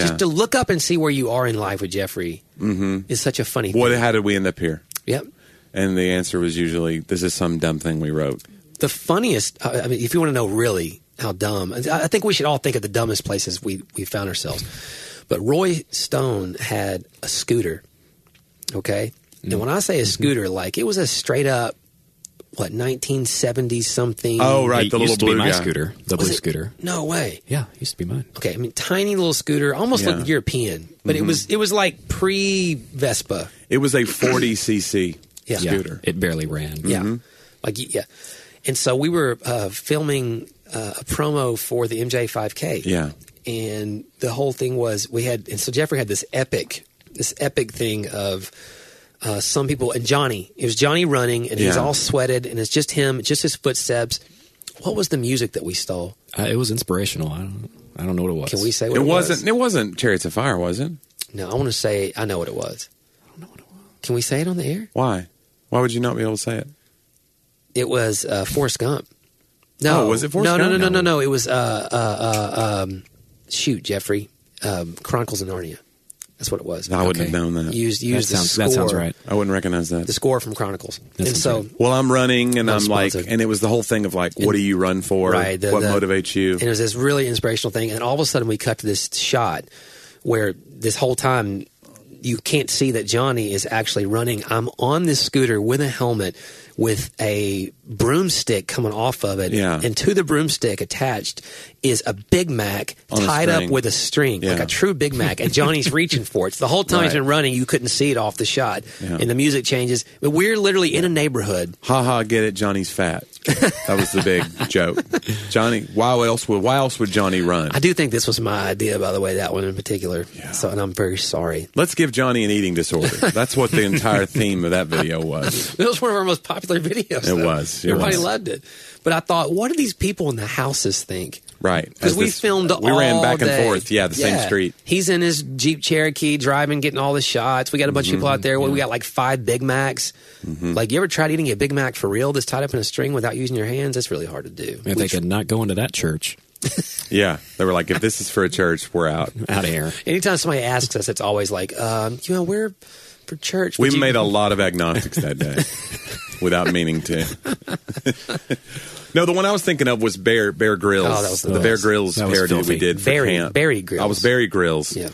Speaker 2: Mm-hmm.
Speaker 1: Just to look up and see where you are in life with Jeffrey is such a funny.
Speaker 2: What?
Speaker 1: Thing.
Speaker 2: How did we end up here?
Speaker 1: Yep.
Speaker 2: And the answer was usually this is some dumb thing we wrote.
Speaker 1: The funniest. I I mean, if you want to know really how dumb, I I think we should all think of the dumbest places we we found ourselves. But Roy Stone had a scooter. Okay. And when I say a scooter, like it was a straight up, what 1970 something.
Speaker 2: Oh right,
Speaker 3: It
Speaker 2: the
Speaker 3: used
Speaker 2: little
Speaker 3: to be
Speaker 2: blue
Speaker 3: my
Speaker 2: guy.
Speaker 3: scooter, the
Speaker 1: Was
Speaker 3: blue
Speaker 1: it-
Speaker 3: scooter.
Speaker 1: No way.
Speaker 3: Yeah, it used to be mine.
Speaker 1: Okay, I mean, tiny little scooter, almost
Speaker 2: Yeah.
Speaker 1: looked European, but it was it was like pre Vespa.
Speaker 2: It was a 40 cc
Speaker 1: Yeah.
Speaker 2: scooter.
Speaker 3: Yeah, it barely ran.
Speaker 2: Mm-hmm.
Speaker 1: Yeah, like yeah. And so we were uh, filming uh, a promo for the MJ 5K.
Speaker 2: Yeah.
Speaker 1: and the whole thing was we had, and so Jeffrey had this epic, this epic thing of. Uh, some people and Johnny, it was Johnny running, and he's
Speaker 2: Yeah.
Speaker 1: all sweated, and it's just him, just his footsteps. What was the music that we stole?
Speaker 3: Uh, it was inspirational. I don't, I don't know what it was.
Speaker 1: Can we say
Speaker 2: It,
Speaker 1: what it,
Speaker 2: wasn't.
Speaker 1: was?
Speaker 2: It wasn't Chariots of Fire, was it?
Speaker 1: No, I want to say I know what it was.
Speaker 3: I don't know what it was.
Speaker 1: Can we say it on the air?
Speaker 2: Why? Why would you not be able to say it?
Speaker 1: It was uh, Forrest Gump. No,
Speaker 2: Oh, was it Forrest
Speaker 1: no, No,
Speaker 2: Gump?
Speaker 1: no, no, no, no. It was uh, uh, uh, um, shoot, Jeffrey, um, Chronicles of Narnia. That's what it was.
Speaker 2: I wouldn't
Speaker 3: Okay.
Speaker 2: have known that.
Speaker 1: Used used
Speaker 3: that, sounds,
Speaker 1: the
Speaker 3: that
Speaker 1: score.
Speaker 3: sounds right.
Speaker 2: I wouldn't recognize that.
Speaker 1: The score from Chronicles,
Speaker 3: That
Speaker 1: and
Speaker 3: sounds
Speaker 1: so
Speaker 3: right.
Speaker 2: well, I'm running, and
Speaker 1: Not
Speaker 2: I'm like,
Speaker 1: sponsored.
Speaker 2: and it was the whole thing of like, what do you run for?
Speaker 1: Right, the-
Speaker 2: what
Speaker 1: the-
Speaker 2: motivates you?
Speaker 1: and it was this really inspirational thing. And all of a sudden, we cut to this shot where this whole time you can't see that Johnny is actually running. I'm on this scooter with a helmet with a broomstick coming off of it.
Speaker 2: Yeah.
Speaker 1: And to the broomstick attached is a Big Mac
Speaker 2: On a
Speaker 1: tied up
Speaker 2: string.
Speaker 1: with a string, like
Speaker 2: Yeah.
Speaker 1: a true Big Mac. And Johnny's reaching for it. So the whole time he's
Speaker 2: Right.
Speaker 1: been running, you couldn't see it off the shot.
Speaker 2: Yeah.
Speaker 1: And the music changes. But we're literally in a neighborhood.
Speaker 2: ha ha, get it? Johnny's fat. That was the big joke. Johnny, why else would why else would Johnny run?
Speaker 1: I do think this was my idea, by the way, that one in particular. So, and I'm very sorry.
Speaker 2: Let's give Johnny an eating disorder. That's what the entire theme of that video was.
Speaker 1: It was one of our most popular videos.
Speaker 2: It
Speaker 1: though.
Speaker 2: was, it
Speaker 1: Everybody
Speaker 2: was.
Speaker 1: loved it. But I thought, what do these people in the houses think?
Speaker 2: Right.
Speaker 1: Because
Speaker 2: As
Speaker 1: we
Speaker 2: this-
Speaker 1: filmed
Speaker 2: We
Speaker 1: all
Speaker 2: ran back and
Speaker 1: day.
Speaker 2: forth. Yeah, the same street.
Speaker 1: He's in his Jeep Cherokee driving, getting all the shots. We got a bunch of people
Speaker 2: Mm-hmm.
Speaker 1: out there. We got like five Big Macs. Like, you ever tried eating a Big Mac for real that's tied up in a string without using your hands? That's really hard to do.
Speaker 3: I'm thinking, not going to that church.
Speaker 2: Yeah. They were like, if this is for a church, we're out.
Speaker 3: Out of here.
Speaker 1: Anytime somebody asks us, it's always like, um, you know, we're for church.
Speaker 2: We
Speaker 1: Would you-
Speaker 2: made a lot of agnostics that day without meaning to. no, the one I was thinking of was Bear Bear Grills.
Speaker 1: Oh, that was the
Speaker 2: the Bear
Speaker 1: best.
Speaker 2: Grills
Speaker 3: That was
Speaker 2: parody that we
Speaker 3: filthy.
Speaker 2: did for
Speaker 1: Barry-
Speaker 2: camp.
Speaker 1: Barry Grylls.
Speaker 2: I was Barry Grills.
Speaker 1: Yeah.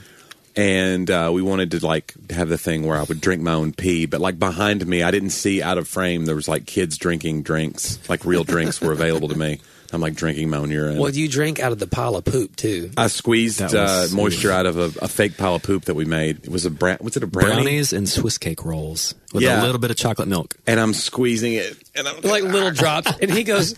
Speaker 2: and uh, we wanted to like have the thing where I would drink my own pee, but like behind me, I didn't see out of frame. There was like kids drinking drinks, like real drinks were available to me. I'm like drinking my own urine.
Speaker 1: Well, you drank out of the pile of poop too.
Speaker 2: I squeezed
Speaker 3: That
Speaker 2: uh,
Speaker 3: was-
Speaker 2: moisture out of a, a fake pile of poop that we made. It was a brown. Was it a brownie?
Speaker 3: Brownies and Swiss cake rolls with
Speaker 2: Yeah.
Speaker 3: a little bit of chocolate milk.
Speaker 2: And I'm squeezing it, and I'm
Speaker 1: like little drops. And he goes,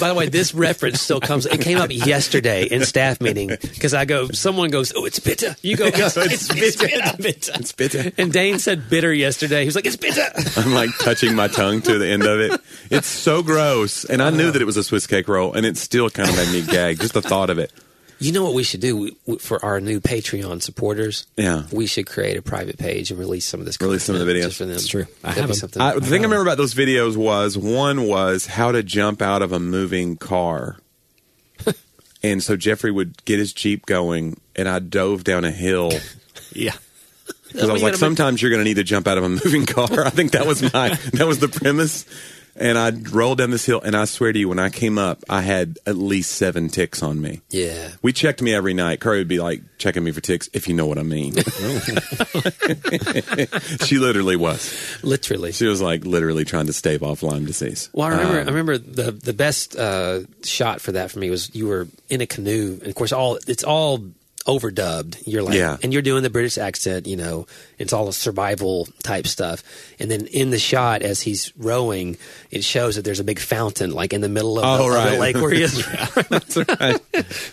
Speaker 1: by the way, this reference still comes. It came up yesterday in staff meeting because I go, someone goes, oh, it's bitter. You go, it's, it's, bitter.
Speaker 2: It's bitter.
Speaker 1: And Dane said bitter yesterday. He was like, it's bitter.
Speaker 2: I'm like touching my tongue to the end of it. It's so gross. And I knew that it was a Swiss cake roll, and it still kind of made me gag. Just the thought of it.
Speaker 1: You know what we should do we, we, for our new Patreon supporters?
Speaker 2: Yeah.
Speaker 1: We should create a private page and release some of this.
Speaker 2: Release some of the
Speaker 1: content
Speaker 2: videos.
Speaker 1: just for them.
Speaker 3: It's true. I
Speaker 1: That'd
Speaker 3: have
Speaker 1: be
Speaker 3: 'em.
Speaker 1: something.
Speaker 2: I, the thing I remember about those videos was one was how to jump out of a moving car. and so Jeffrey would get his Jeep going, and I dove down a hill.
Speaker 1: Uh-huh.
Speaker 3: Yeah.
Speaker 2: Because I was like, sometimes you're going to need to jump out of a moving car. I think that was my that was the premise. And I rolled down this hill, and I swear to you, when I came up, I had at least seven ticks on me.
Speaker 1: Yeah.
Speaker 2: We checked me every night. Curry would be like checking me for ticks, if you know what I mean. she literally was.
Speaker 1: Literally.
Speaker 2: She was like literally trying to stave off Lyme disease.
Speaker 1: Well, I remember.
Speaker 2: Um,
Speaker 1: I remember the the best uh, shot for that for me was you were in a canoe, and of course, all it's all overdubbed. You're like,
Speaker 2: Yeah.
Speaker 1: and you're doing the British accent. You know, it's all survival type stuff. And then in the shot, as he's rowing, it shows that there's a big fountain, like in the middle of, the,
Speaker 2: Oh,
Speaker 1: of the
Speaker 2: right.
Speaker 1: lake where he is.
Speaker 2: That's right.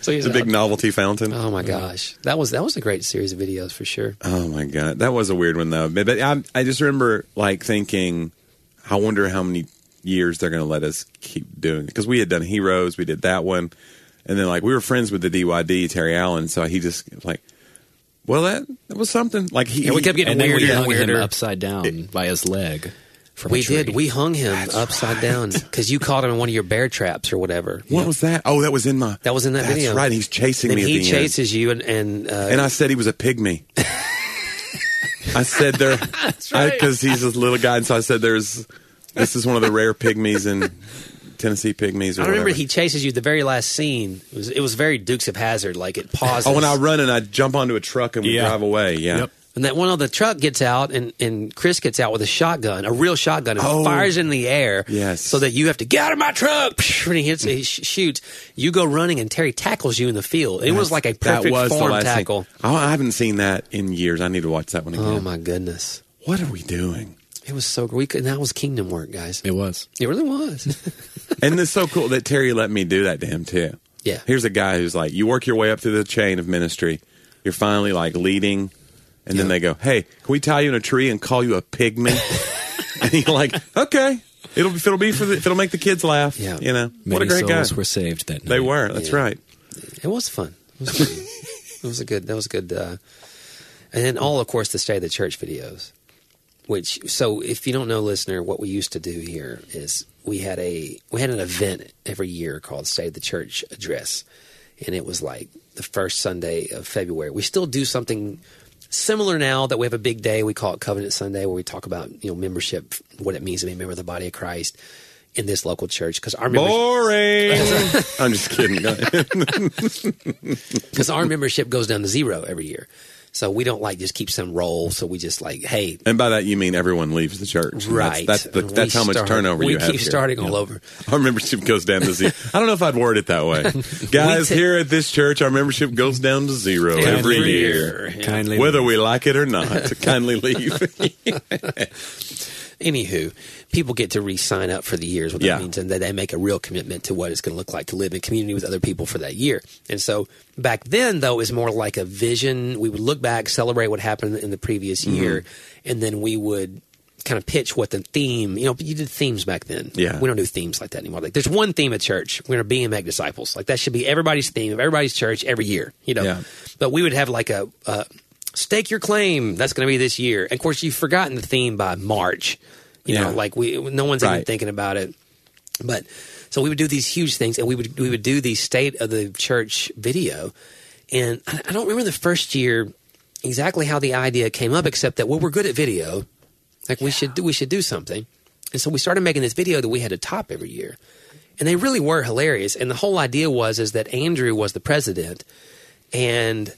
Speaker 1: so he's
Speaker 2: It's a
Speaker 1: out.
Speaker 2: big novelty fountain.
Speaker 1: Oh my gosh, that was that was a great series of videos for sure.
Speaker 2: Oh my god, that was a weird one though. But but I, I just remember like thinking, I wonder how many years they're going to let us keep doing it because we had done Heroes, we did that one, and then like we were friends with the DYD Terry Allen, so he just was like, well that that was something. Like he,
Speaker 1: Yeah, we kept getting
Speaker 2: and
Speaker 3: And then
Speaker 1: weirder
Speaker 2: we
Speaker 3: we
Speaker 2: were-
Speaker 1: and
Speaker 3: hung
Speaker 1: weirder.
Speaker 3: him upside down by his leg. From
Speaker 1: We
Speaker 3: a tree.
Speaker 1: did. We hung him upside down because you caught him in one of your bear traps or whatever.
Speaker 2: What was that? Oh, that was in my.
Speaker 1: That was in that
Speaker 2: That's
Speaker 1: video.
Speaker 2: right. He's chasing
Speaker 1: Then
Speaker 2: me. at
Speaker 1: he
Speaker 2: the end.
Speaker 1: chases you, and and, uh,
Speaker 2: and I said he was a pygmy. I said there
Speaker 1: right.
Speaker 2: because he's this little guy, and so I said there's this is one of the rare pygmies in Tennessee pygmies.
Speaker 1: I
Speaker 2: Or
Speaker 1: remember
Speaker 2: whatever.
Speaker 1: he chases you. The very last scene it was it was very Dukes of Hazard. Like it pauses.
Speaker 2: Oh, when I run and I jump onto a truck and we
Speaker 3: Yeah.
Speaker 2: drive away. Yeah.
Speaker 3: Yep.
Speaker 1: and that one of the truck gets out, and and Chris gets out with a shotgun, a real shotgun, and
Speaker 2: Oh.
Speaker 1: fires in the air.
Speaker 2: Yes.
Speaker 1: So that you have to get out of my truck. When he hits, he sh- shoots. You go running, and Terry tackles you in the field. It was like a perfect
Speaker 2: that was the
Speaker 1: form
Speaker 2: last thing.
Speaker 1: tackle.
Speaker 2: Oh, I haven't seen that in years. I need to watch that one again.
Speaker 1: Oh my goodness,
Speaker 2: What are we doing?
Speaker 1: it was so great. And that was kingdom work, guys.
Speaker 3: It was.
Speaker 1: It really was.
Speaker 2: and it's so cool that Terry let me do that to him too.
Speaker 1: Yeah.
Speaker 2: Here's a guy who's like, you work your way up through the chain of ministry. You're finally like leading, and then they go, "Hey, can we tie you in a tree and call you a pygmy?" and you're like, "Okay, it'll if it'll be for the, if it'll make the kids laugh."
Speaker 1: Yeah.
Speaker 2: You know
Speaker 3: Many
Speaker 2: what a great guy
Speaker 3: souls were saved that night.
Speaker 2: they were. That's
Speaker 1: Yeah.
Speaker 2: right.
Speaker 1: It was fun. It was, fun. it was a good. That was a good. Uh, and then all, of course, the state of the church videos. Which so, if you don't know, listener, what we used to do here is we had a we had an event every year called State of the Church Address, and it was like the first Sunday of February. We still do something similar now that we have a big day. We call it Covenant Sunday, where we talk about you know membership, what it means to be a member of the body of Christ in this local church. Because our membership,
Speaker 2: Boring. I'm just kidding.
Speaker 1: because our membership goes down to zero every year. So we don't like just keep some roll. So we just like, hey,
Speaker 2: and by that you mean everyone leaves the church.
Speaker 1: right.
Speaker 2: That's, that's, the,
Speaker 1: And
Speaker 2: that's
Speaker 1: we
Speaker 2: how much
Speaker 1: start-
Speaker 2: turnover
Speaker 1: we
Speaker 2: you have.
Speaker 1: keep
Speaker 2: here.
Speaker 1: starting all over.
Speaker 2: Our membership goes down to zero. I don't know if I'd word it that way. Guys,
Speaker 1: ta-
Speaker 2: here at this church, our membership goes down to zero every,
Speaker 3: Every
Speaker 2: year.
Speaker 1: year.
Speaker 3: Kindly.
Speaker 2: Whether we like it or not, kindly leave.
Speaker 1: Anywho, people get to re-sign up for the years, what that
Speaker 2: Yeah.
Speaker 1: means, and that they make a real commitment to what it's going to look like to live in community with other people for that year. And so back then, though, it was more like a vision. We would look back, celebrate what happened in the previous
Speaker 2: Mm-hmm.
Speaker 1: year, and then we would kind of pitch what the theme. You know, you did themes back then.
Speaker 2: Yeah.
Speaker 1: we don't do themes like that anymore. Like, there's one theme at church. We're going to be and make disciples. Like that should be everybody's theme of everybody's church every year. You know,
Speaker 2: Yeah.
Speaker 1: but we would have like a. Uh, Stake your claim. That's going to be this year. And of course, you've forgotten the theme by March. You know,
Speaker 2: Yeah.
Speaker 1: like we, no one's even
Speaker 2: Right.
Speaker 1: thinking about it. But so we would do these huge things, and we would we would do the state of the church video, and I, I don't remember the first year exactly how the idea came up, except that well, we're good at video, like we should do, we should do something, and so we started making this video that we had to top every year, and they really were hilarious. And the whole idea was is that Andrew was the president, and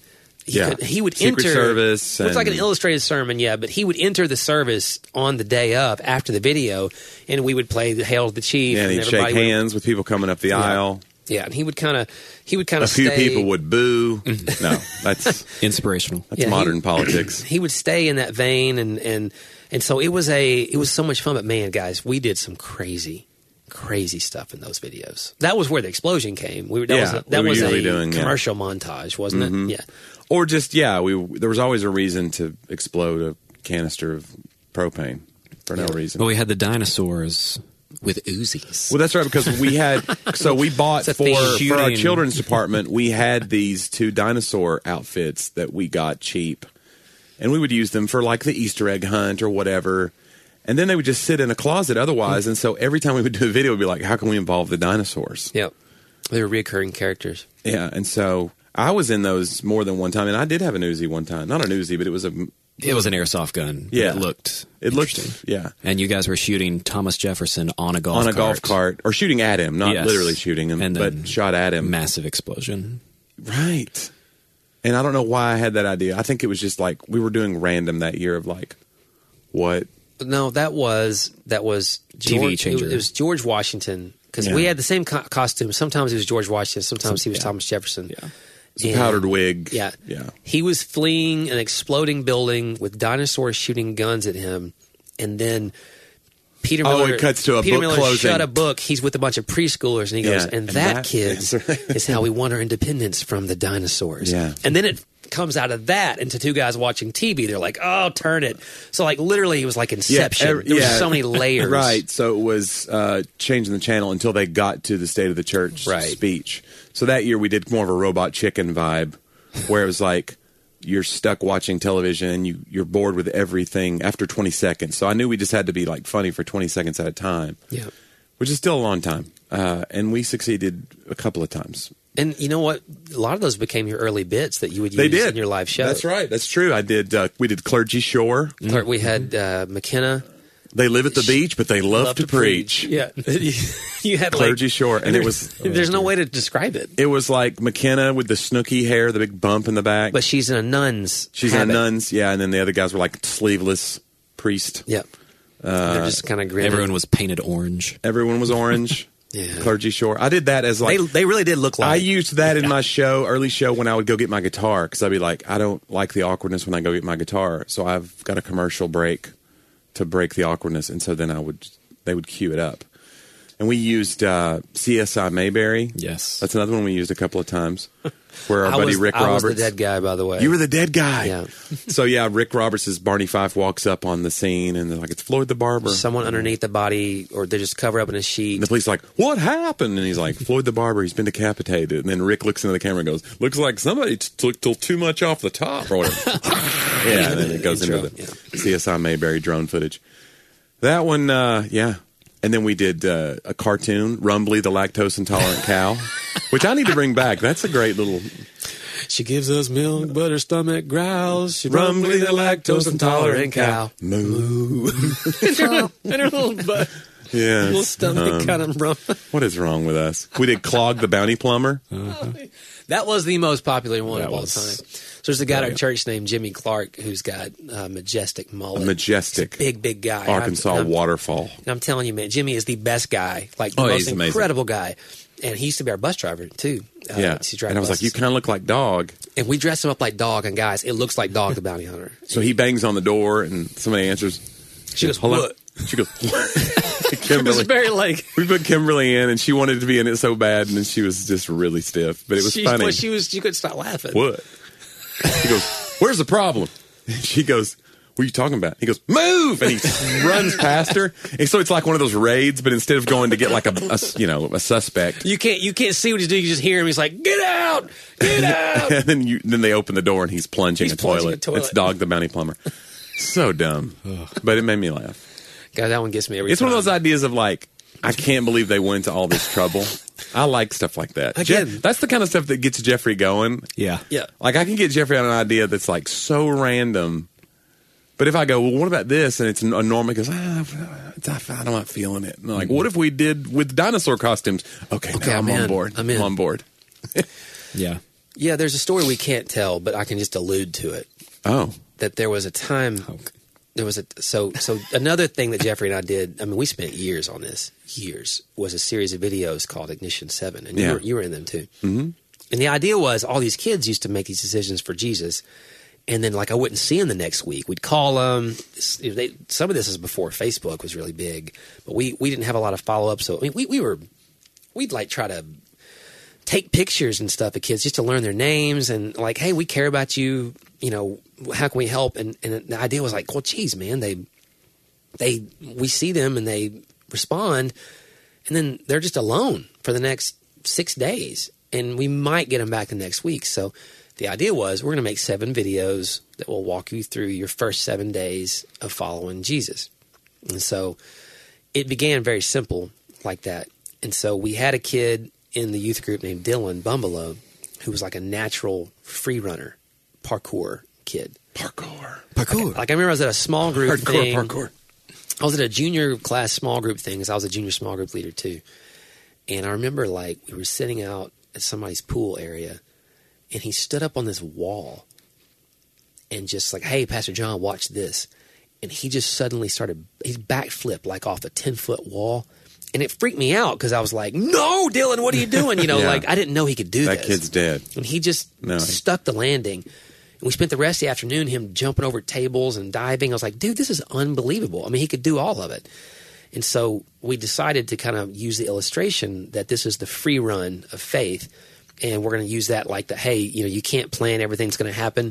Speaker 1: he,
Speaker 2: Yeah.
Speaker 1: could, he would
Speaker 2: Secret
Speaker 1: enter
Speaker 2: Service
Speaker 1: It's like an
Speaker 2: and-
Speaker 1: illustrated sermon, yeah. But he would enter the service on the day up after the video, and we would play the "Hail the Chief"
Speaker 2: Yeah, and
Speaker 1: and
Speaker 2: he'd shake
Speaker 1: everybody would-
Speaker 2: hands with people coming up the aisle.
Speaker 1: yeah, and he would kind of he would kind
Speaker 2: A
Speaker 1: of
Speaker 2: few
Speaker 1: stay,
Speaker 2: people would boo. no, that's
Speaker 3: Inspirational.
Speaker 2: that's
Speaker 1: Yeah, he-
Speaker 2: modern politics.
Speaker 1: he would stay in that vein and and and so it was a it was so much fun but man guys we did some crazy crazy stuff in those videos that was where the explosion came we were that
Speaker 2: Yeah,
Speaker 1: was a, that
Speaker 2: we were
Speaker 1: was a
Speaker 2: usually doing, yeah. Mm-hmm.
Speaker 1: commercial montage wasn't it yeah
Speaker 2: Or just yeah, we there was always a reason to explode a canister of propane for no reason.
Speaker 3: But we had the dinosaurs with Uzis.
Speaker 2: Well, that's right because we had so we bought
Speaker 1: a
Speaker 2: for
Speaker 1: theme.
Speaker 2: for our
Speaker 3: Shooting.
Speaker 2: children's department. We had these two dinosaur outfits that we got cheap, and we would use them for like the Easter egg hunt or whatever. And then they would just sit in a closet otherwise. And so every time we would do a video, we'd be like, "How can we involve the dinosaurs?"
Speaker 1: yep they were reoccurring characters
Speaker 2: Yeah, and so I was in those more than one time, and I did have an Uzi one time. Not an Uzi, but it was a
Speaker 3: It was an airsoft gun. but
Speaker 2: Yeah.
Speaker 3: It looked.
Speaker 2: it
Speaker 3: interesting.
Speaker 2: looked yeah
Speaker 3: And you guys were shooting Thomas Jefferson on a golf
Speaker 2: on a
Speaker 3: cart.
Speaker 2: golf cart or shooting at him, not
Speaker 3: Yes.
Speaker 2: literally shooting him,
Speaker 3: And then
Speaker 2: but shot at him.
Speaker 3: Massive explosion.
Speaker 2: Right. And I don't know why I had that idea. I think it was just like we were doing random that year of like what
Speaker 1: no that was that was
Speaker 3: TV
Speaker 1: George,
Speaker 3: changer.
Speaker 1: It, was George Washington because
Speaker 2: Yeah.
Speaker 1: we had the same co- costume sometimes it was George Washington sometimes he was
Speaker 3: yeah.
Speaker 1: Thomas Jefferson yeah
Speaker 2: it's a powdered wig.
Speaker 1: Yeah.
Speaker 2: Yeah.
Speaker 1: He was fleeing an exploding building with dinosaurs shooting guns at him. And then Peter
Speaker 2: Oh,
Speaker 1: Miller.
Speaker 2: it cuts to a
Speaker 1: Peter
Speaker 2: book
Speaker 1: Miller
Speaker 2: closing.
Speaker 1: shut a book. He's with a bunch of preschoolers. And he
Speaker 2: Yeah,
Speaker 1: goes, and,
Speaker 2: and
Speaker 1: that,
Speaker 2: that-
Speaker 1: kids,
Speaker 2: that's right.
Speaker 1: is how we won our independence from the dinosaurs.
Speaker 2: Yeah.
Speaker 1: And then it comes out of that into two guys watching TV. They're like, oh, turn it. So, like, literally, it was like Inception.
Speaker 2: every-
Speaker 1: there was
Speaker 2: yeah.
Speaker 1: so many layers.
Speaker 2: Right. So it was uh, changing the channel until they got to the State of the Church
Speaker 1: Right.
Speaker 2: speech. So that year we did more of a robot chicken vibe where it was like you're stuck watching television, you you're bored with everything after twenty seconds. So I knew we just had to be like funny for twenty seconds at a time.
Speaker 1: Yeah.
Speaker 2: Which is still a long time. Uh, and we succeeded a couple of times.
Speaker 1: And you know what? A lot of those became your early bits that you would use
Speaker 2: They did
Speaker 1: in your live show.
Speaker 2: That's right. Mm-hmm. That's true. I did. Uh, we did clergy shore.
Speaker 1: Clerk- We had uh, McKenna.
Speaker 2: They live at the beach, but they love,
Speaker 1: love
Speaker 2: to, preach.
Speaker 1: Yeah, you had
Speaker 2: Clergy
Speaker 1: like,
Speaker 2: shore, and it was
Speaker 1: There's no way to describe it.
Speaker 2: it was like McKenna with the snooky hair, the big bump in the back.
Speaker 1: But she's in a nun's.
Speaker 2: She's in
Speaker 1: habit.
Speaker 2: a nuns, yeah, and then the other guys were like sleeveless priest.
Speaker 1: Yep. They're
Speaker 2: Uh,
Speaker 1: just kind of grinning.
Speaker 3: Everyone was painted orange.
Speaker 2: Everyone was orange.
Speaker 1: Yeah.
Speaker 2: Clergy shore. I did that as
Speaker 1: they
Speaker 2: like
Speaker 1: they really did look
Speaker 2: I
Speaker 1: like.
Speaker 2: used that in my show, early show, when I would go get my guitar because I'd be like, I don't like the awkwardness when I go get my guitar, so I've got a commercial break to break the awkwardness, and so then I would they would cue it up, and we used uh, CSI Mayberry.
Speaker 3: Yes.
Speaker 2: that's another one we used a couple of times. Where our
Speaker 1: I
Speaker 2: buddy
Speaker 1: was,
Speaker 2: Rick
Speaker 1: I was
Speaker 2: Roberts,
Speaker 1: the dead guy, by the way.
Speaker 2: you were the dead guy.
Speaker 1: Yeah.
Speaker 2: so yeah, Rick Roberts is Barney Fife walks up on the scene and they're like, it's Floyd the barber.
Speaker 1: someone underneath the body, or they just cover up in a sheet.
Speaker 2: And the police are like, what happened? And he's like, Floyd the barber, he's been decapitated. And then Rick looks into the camera and goes, looks like somebody t- took till too much off the top or whatever. yeah, and then it goes into the CSI Mayberry drone footage. That one, uh, yeah. And then we did uh, a cartoon, Rumbly the lactose intolerant cow, which I need to bring back. That's a great little
Speaker 3: She gives us milk, but her stomach growls. She
Speaker 2: Rumbly the lactose intolerant cow.
Speaker 1: cow.
Speaker 2: Moo.
Speaker 1: and her little butt,
Speaker 2: Yeah.
Speaker 1: stomach
Speaker 2: Um,
Speaker 1: kind of rum.
Speaker 2: Uh-huh. What is wrong with us? We did Clog the Bounty Plumber.
Speaker 1: Uh-huh. That was the most popular one
Speaker 3: That
Speaker 1: of all
Speaker 3: was-
Speaker 1: time. So there's a guy at our church named Jimmy Clark who's got uh, majestic mullet,
Speaker 2: Majestic.
Speaker 1: big big guy,
Speaker 2: Arkansas
Speaker 1: water.
Speaker 2: waterfall.
Speaker 1: And I'm telling you, man, Jimmy is the best guy, like the
Speaker 2: Oh,
Speaker 1: most
Speaker 2: he's amazing.
Speaker 1: incredible guy. And he used to be our bus driver too. Uh,
Speaker 2: yeah.
Speaker 1: he drove
Speaker 2: And I was like,
Speaker 1: buses.
Speaker 2: you kind of look like dog.
Speaker 1: and we dressed him up like dog. And guys, it looks like dog the bounty hunter.
Speaker 2: So he bangs on the door and somebody answers.
Speaker 1: She goes,
Speaker 2: Hello?
Speaker 1: "What?"
Speaker 2: She goes,
Speaker 1: It was
Speaker 2: Kimberly.
Speaker 1: very like
Speaker 2: We put Kimberly in and she wanted to be in it so bad and then she was just really stiff. But it was
Speaker 1: she,
Speaker 2: funny.
Speaker 1: well, she was. You couldn't stop laughing.
Speaker 2: what? He goes, Where's the problem? She goes, What are you talking about? He goes, Move! And he runs past her. And so it's like one of those raids, but instead of going to get like a, a s- you know, a suspect,
Speaker 1: You can't. You can't see what he's doing. You just hear him. He's like, "Get out! Get out!"
Speaker 2: and then you then they open the door and he's plunging,
Speaker 1: He's
Speaker 2: a,
Speaker 1: plunging
Speaker 2: toilet.
Speaker 1: a toilet.
Speaker 2: It's Dog the Bounty Plumber. so dumb, but it made me laugh.
Speaker 1: God, that one gets me every
Speaker 2: It's
Speaker 1: time.
Speaker 2: one of those uh, ideas of like, I can't believe they went to all this trouble. I like stuff like that.
Speaker 1: Again.
Speaker 2: Jeff- that's the kind of stuff that gets Jeffrey going.
Speaker 3: Yeah.
Speaker 1: Yeah.
Speaker 2: Like I can get Jeffrey on an idea that's like so random, but if I go, well, what about this? And it's a normal goes, ah, it's- I'm not feeling it. And I'm like, what if we did with dinosaur costumes? Okay,
Speaker 1: Mm-hmm. Okay,
Speaker 2: now I'm,
Speaker 1: I'm
Speaker 2: on
Speaker 1: in.
Speaker 2: board.
Speaker 1: I'm in.
Speaker 2: on board.
Speaker 3: Yeah.
Speaker 1: Yeah, there's a story we can't tell, but I can just allude to it.
Speaker 2: Oh,
Speaker 1: That there was a time
Speaker 3: Okay.
Speaker 1: there was a so so another thing that Jeffrey and I did. I mean, we spent years on this. Years was a series of videos called Ignition Seven, and you,
Speaker 2: Yeah.
Speaker 1: were, you were in them too. Mm-hmm. And the idea was all these kids used to make these decisions for Jesus, and then like I wouldn't see them the next week. We'd call them. They, some of this is before Facebook was really big, but we we didn't have a lot of follow up. So I mean, we we were we'd like try to take pictures and stuff of kids just to learn their names and like, hey, we care about you. You know, how can we help? And and the idea was like, well, geez, man, they they we see them and they respond, and then they're just alone for the next six days, and we might get them back the next week. So the idea was we're going to make seven videos that will walk you through your first seven days of following Jesus, and so it began very simple like that. And so we had a kid in the youth group named Dylan Bumbelow who was like a natural free runner, parkour kid.
Speaker 2: parkour,
Speaker 3: Parkour.
Speaker 1: Like I remember I was at a small group
Speaker 2: hardcore
Speaker 1: thing.
Speaker 2: parkour.
Speaker 1: I was at a junior class small group thing 'cause I was a junior small group leader too. And I remember like we were sitting out at somebody's pool area and he stood up on this wall and just like, hey, Pastor John, watch this. And he just suddenly started, he backflipped like off a 10 foot wall. And it freaked me out because I was like, no, Dylan, what are you doing? You know,
Speaker 2: Yeah.
Speaker 1: like I didn't know he could do
Speaker 2: That
Speaker 1: this
Speaker 2: kid's dead.
Speaker 1: and he just
Speaker 2: No.
Speaker 1: stuck the landing. And we spent the rest of the afternoon him jumping over tables and diving. I was like, dude, this is unbelievable. I mean, he could do all of it. And so we decided to kind of use the illustration that this is the free run of faith. And we're going to use that like the hey, you know, you can't plan everything's going to happen.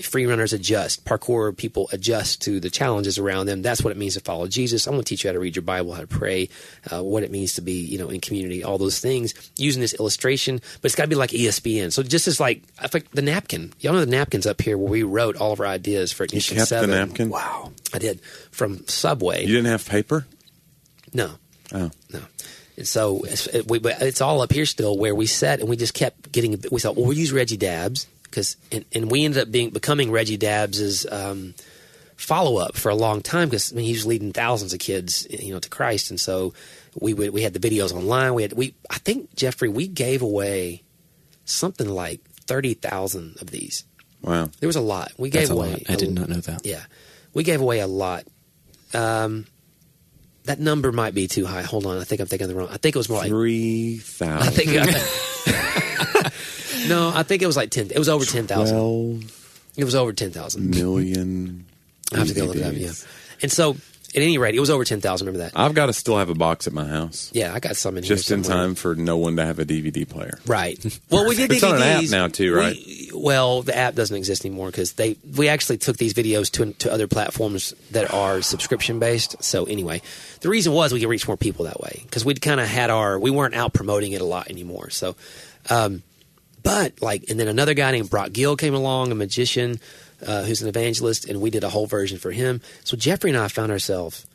Speaker 1: Free runners adjust, parkour people adjust to the challenges around them. That's what it means to follow Jesus. I'm going to teach you how to read your Bible, how to pray, uh, what it means to be, you know, in community, all those things using this illustration. But it's got to be like E ESPN. So just as like, I think the napkin, y'all know the napkins up here where we wrote all of our ideas for
Speaker 2: You
Speaker 1: Ignition
Speaker 2: kept
Speaker 1: Seven.
Speaker 2: the napkin.
Speaker 3: Wow.
Speaker 1: I did from Subway.
Speaker 2: You didn't have paper.
Speaker 1: no,
Speaker 2: Oh,
Speaker 1: no. And so it's, it, we, but it's all up here still where we sat and we just kept getting, a bit- we thought, well, we'll use Reggie Dabbs because, and, and we ended up being, becoming Reggie Dabbs' um, follow up for a long time because, I mean, he was leading thousands of kids, you know, to Christ. And so we, would we had the videos online. We had, we, I think, Jeffrey, we gave away something like 30,000 of these.
Speaker 2: wow.
Speaker 1: There was a lot. We gave
Speaker 3: That's a
Speaker 1: away.
Speaker 3: lot. I
Speaker 1: a
Speaker 3: did not know that.
Speaker 1: yeah, we gave away a lot. Um, that number might be too high. Hold on, I think I'm thinking the wrong. I think it was more like
Speaker 2: Three
Speaker 1: I
Speaker 2: thousand.
Speaker 1: think. no, I think it was like ten. It was over ten thousand.
Speaker 2: twelve
Speaker 1: It was over ten thousand.
Speaker 2: million.
Speaker 1: I have to go look it up. Yeah, and so at any rate, it was over ten thousand. Remember
Speaker 3: Uh,
Speaker 1: that?
Speaker 2: I've got to still have a box at my house,
Speaker 1: Yeah, I got some in here
Speaker 2: just in
Speaker 1: somewhere.
Speaker 2: time for no one to have a DVD player.
Speaker 1: Right. Well, we did.
Speaker 2: It's on an app
Speaker 1: DVDs.
Speaker 2: now, too, right?
Speaker 1: We- well, the app doesn't exist anymore because they we actually took these videos to to other platforms that are subscription based. So anyway, the reason was we could reach more people that way because we'd kind of had our we weren't out promoting it a lot anymore. So, um, but like, and then another guy named Brock Gill came along, a magician uh, who's an evangelist, and we did a whole version for him. So Jeffrey and I found ourselves.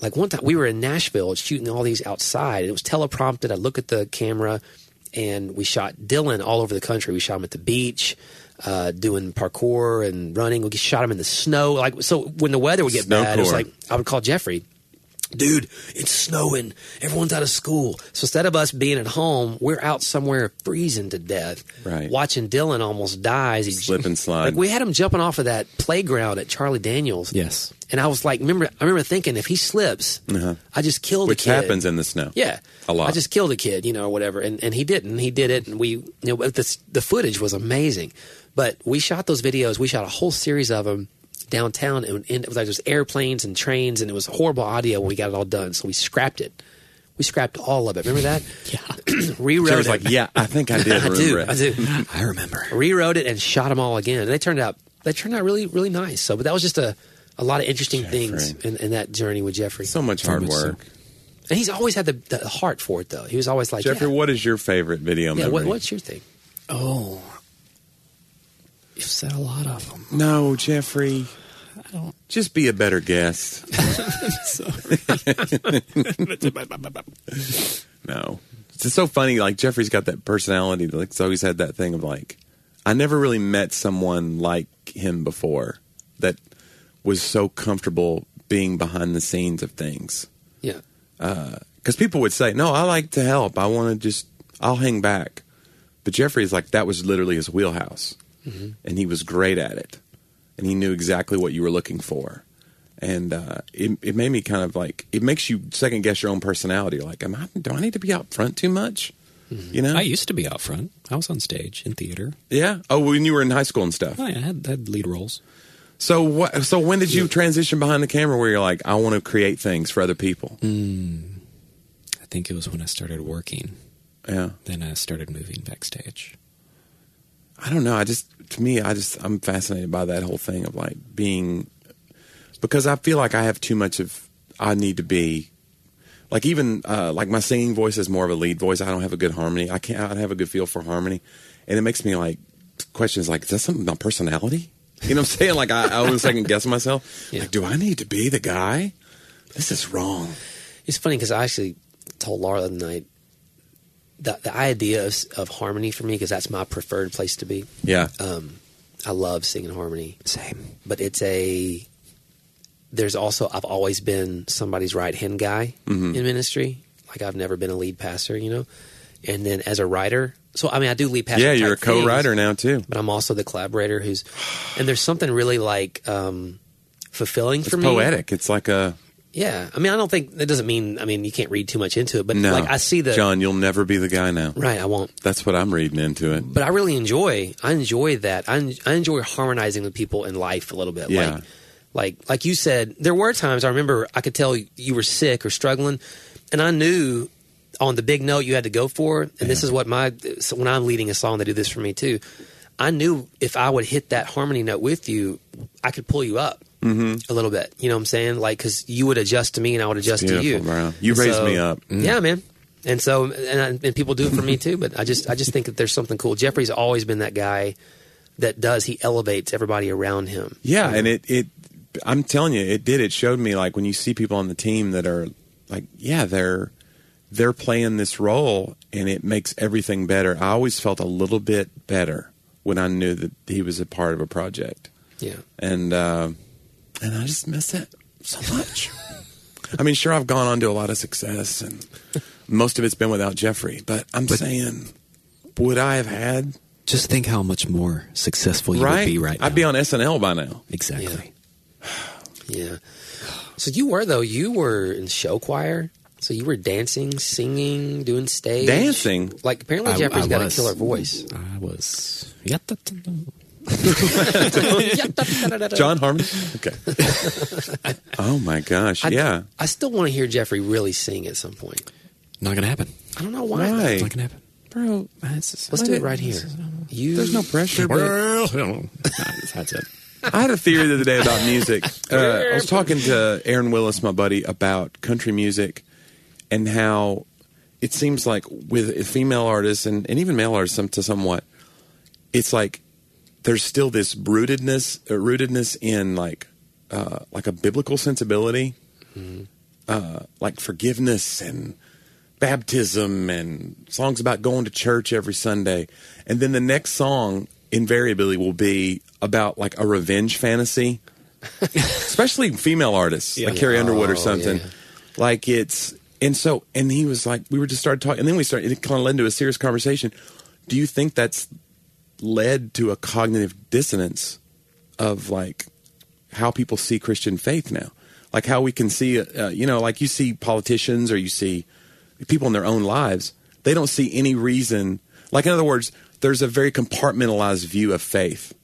Speaker 1: Like one time, we were in Nashville shooting all these outside. It was teleprompted. I look at the camera, and we shot Dylan all over the country. We shot him at the beach, uh, doing parkour and running. We shot him in the snow. Like so, when the weather would get
Speaker 2: Snowcore.
Speaker 1: bad, it was like I would call Jeffrey. Dude, it's snowing. Everyone's out of school. So instead of us being at home, we're out somewhere freezing to death.
Speaker 2: Right.
Speaker 1: Watching Dylan almost die as he
Speaker 2: Slip and slide.
Speaker 1: Like we had him jumping off of that playground at Charlie Daniels.
Speaker 3: Yes.
Speaker 1: And I was like, remember, I remember thinking, if he slips, I just killed
Speaker 2: Uh-huh. Which
Speaker 1: the kid.
Speaker 2: happens in the snow.
Speaker 1: yeah,
Speaker 2: a lot.
Speaker 1: I just killed a kid, you know, or whatever. And and he didn't. He did it, and we, you know, but the the footage was amazing. But we shot those videos. We shot a whole series of them downtown, and and it was like there's airplanes and trains, and it was horrible audio when we got it all done. So we scrapped it. We scrapped all of it. Remember that? yeah. Rewrote
Speaker 2: Sarah's
Speaker 1: it.
Speaker 2: like, yeah, I think I did.
Speaker 1: I
Speaker 2: remember
Speaker 1: do.
Speaker 2: it.
Speaker 1: I do
Speaker 3: I remember.
Speaker 1: rewrote it and shot them all again. And they turned out they turned out really really nice. So, but that was just a a lot of interesting things
Speaker 2: Jeffrey.
Speaker 1: in, in that journey with Jeffrey.
Speaker 2: So much hard
Speaker 3: much so.
Speaker 2: work.
Speaker 1: and he's always had the, the heart for it, though. He was always like,
Speaker 2: Jeffrey,
Speaker 1: yeah,
Speaker 2: what is your favorite video
Speaker 1: yeah,
Speaker 2: memory?
Speaker 1: what, what's your thing?
Speaker 3: Oh. You've said a lot of them.
Speaker 2: no, Jeffrey.
Speaker 3: I don't.
Speaker 2: Just be a better guest.
Speaker 3: Sorry.
Speaker 2: No. It's just so funny. Like Jeffrey's got that personality. Like he's always had that thing of like, I never really met someone like him before that was so comfortable being behind the scenes of things.
Speaker 1: Yeah,
Speaker 2: Because people would say, "No, I like to help. I want to just, I'll hang back." But Jeffrey's like that was literally his wheelhouse, and he was great at it, and he knew exactly what you were looking for, and uh, it it made me kind of like it makes you second guess your own personality. Like, am I do I need to be out front too much? You know,
Speaker 3: I used to be out front. I was on stage in theater.
Speaker 2: yeah. Oh, when you were in high school and stuff.
Speaker 3: Oh, yeah, I had, had lead roles.
Speaker 2: So what? So when did you transition behind the camera where you're like, I want to create things for other people?
Speaker 3: I think it was when I started working.
Speaker 2: Yeah.
Speaker 3: Then I started moving backstage.
Speaker 2: I don't know. I just to me, I just I'm fascinated by that whole thing of like being because I feel like I have too much of I need to be like even uh, like my singing voice is more of a lead voice. I don't have a good harmony. I can't. I don't have a good feel for harmony, and it makes me like questions like is that something about personality? You know what I'm saying? Like I, I always second guess myself.
Speaker 1: Yeah.
Speaker 2: Like, do I need to be the guy? This is wrong.
Speaker 1: It's funny because I actually told Laura the other night the, the idea of, of harmony for me because that's my preferred place to be.
Speaker 2: Yeah.
Speaker 1: Um, I love singing harmony,
Speaker 3: Same.
Speaker 1: but it's a there's also I've always been somebody's right hand guy
Speaker 3: Mm-hmm.
Speaker 1: in ministry. Like I've never been a lead pastor, you know. And then as a writer, so I mean I do lead pastor.
Speaker 2: yeah, you're a
Speaker 1: type things,
Speaker 2: co-writer now too.
Speaker 1: but I'm also the collaborator who's and there's something really like um, fulfilling
Speaker 2: It's
Speaker 1: for me.
Speaker 2: poetic. It's like a
Speaker 1: Yeah, I mean, I don't think that doesn't mean. I mean, you can't read too much into it, but
Speaker 2: no.
Speaker 1: like I see the
Speaker 2: John. You'll never be the guy now.
Speaker 1: right. I won't,
Speaker 2: That's what I'm reading into it.
Speaker 1: but I really enjoy. I enjoy that. I, en- I enjoy harmonizing with people in life a little bit.
Speaker 2: Yeah.
Speaker 1: Like, like like you said, there were times I remember I could tell you were sick or struggling, and I knew on the big note you had to go for. And this is what my so when I'm leading a song, they do this for me too. I knew if I would hit that harmony note with you, I could pull you up
Speaker 2: Mm-hmm.
Speaker 1: a little bit. You know what I'm saying? Like because you would adjust to me, and I would adjust to you.
Speaker 2: Beautiful, bro. You raised me up. Mm.
Speaker 1: Yeah, man. And so, and, I, and people do it for me too. But I just, I just think that there's something cool. Jeffrey's always been that guy that does. He elevates everybody around him.
Speaker 2: Yeah, and it it I'm telling you, it did. It showed me like when you see people on the team that are like, yeah, they're they're playing this role, and it makes everything better. I always felt a little bit better when I knew that he was a part of a project,
Speaker 1: Yeah.
Speaker 2: and uh, and I just miss it so much. I mean, sure, I've gone on to a lot of success, and most of it's been without Jeffrey. But I'm saying, would I have had
Speaker 3: Just think how much more successful you
Speaker 2: right?
Speaker 3: would be right now.
Speaker 2: I'd be on SNL by now.
Speaker 3: Exactly.
Speaker 1: Yeah. So you were though. You were in show choir. So you were dancing, singing, doing stage
Speaker 2: Dancing?
Speaker 1: Like apparently
Speaker 3: I-
Speaker 1: Jeffrey's
Speaker 3: I
Speaker 1: got
Speaker 3: was.
Speaker 1: a killer voice.
Speaker 3: I was. Yeah, that- that-
Speaker 2: John Harmon. Okay. oh my gosh!
Speaker 1: I,
Speaker 2: yeah.
Speaker 1: I still want to hear Jeffrey really sing at some point.
Speaker 3: Not gonna happen.
Speaker 1: I don't know why.
Speaker 2: Why?
Speaker 1: though.
Speaker 3: Not gonna happen.
Speaker 2: Bro,
Speaker 3: That's just-
Speaker 1: Let's do it right here. You,
Speaker 2: there's no pressure. But
Speaker 3: Well, hell. that's it.
Speaker 2: I had a theory the other day about music. Uh, I was talking to Aaron Willis, my buddy, about country music and how it seems like with female artists and, and even male artists some, to somewhat, it's like there's still this rootedness, uh, rootedness in like uh, like a biblical sensibility, uh, like forgiveness and baptism and songs about going to church every Sunday. And then the next song invariably will be about like a revenge fantasy, especially female artists like Carrie Underwood or
Speaker 1: Oh,
Speaker 2: something.
Speaker 1: yeah.
Speaker 2: Like it's, and so, and he was like, we were just started talking, and then we started, it kind of led into a serious conversation. Do you think that's led to a cognitive dissonance of like how people see Christian faith now, like how we can see, uh, you know, like you see politicians or you see people in their own lives, they don't see any reason. Like in other words, there's a very compartmentalized view of faith,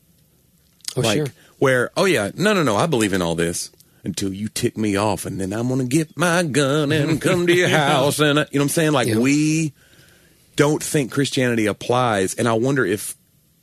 Speaker 1: Oh
Speaker 2: like
Speaker 1: sure.
Speaker 2: where oh yeah, no no no, I believe in all this until you tick me off, and then I'm gonna get my gun and come to your house, and uh, you know what I'm saying? Like
Speaker 1: Yeah.
Speaker 2: we don't think Christianity applies, and I wonder if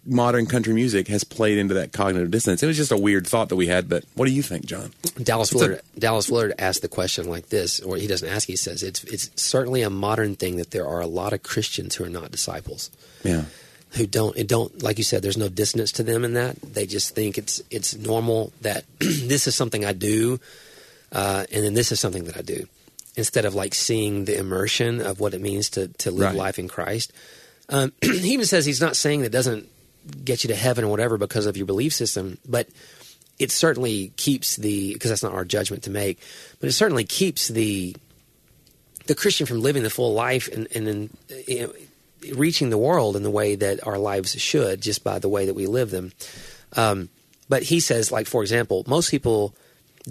Speaker 2: modern country music has played into that cognitive dissonance. It was just a weird thought that we had, but what do you think, John?
Speaker 1: Dallas Willard, Dallas Willard asked the question like this, or he doesn't ask. He says it's it's certainly a modern thing that there are a lot of Christians who are not disciples,
Speaker 2: Yeah.
Speaker 1: who don't it don't like you said. There's no dissonance to them in that. They just think it's it's normal that this is something I do, uh, and then this is something that I do, instead of like seeing the immersion of what it means to to live
Speaker 2: Right.
Speaker 1: life in Christ. Um, he even says he's not saying that doesn't get you to heaven or whatever because of your belief system, but it certainly keeps the because that's not our judgment to make, but it certainly keeps the the Christian from living the full life and and, and you know, reaching the world in the way that our lives should, just by the way that we live them. Um, but he says, like for example, most people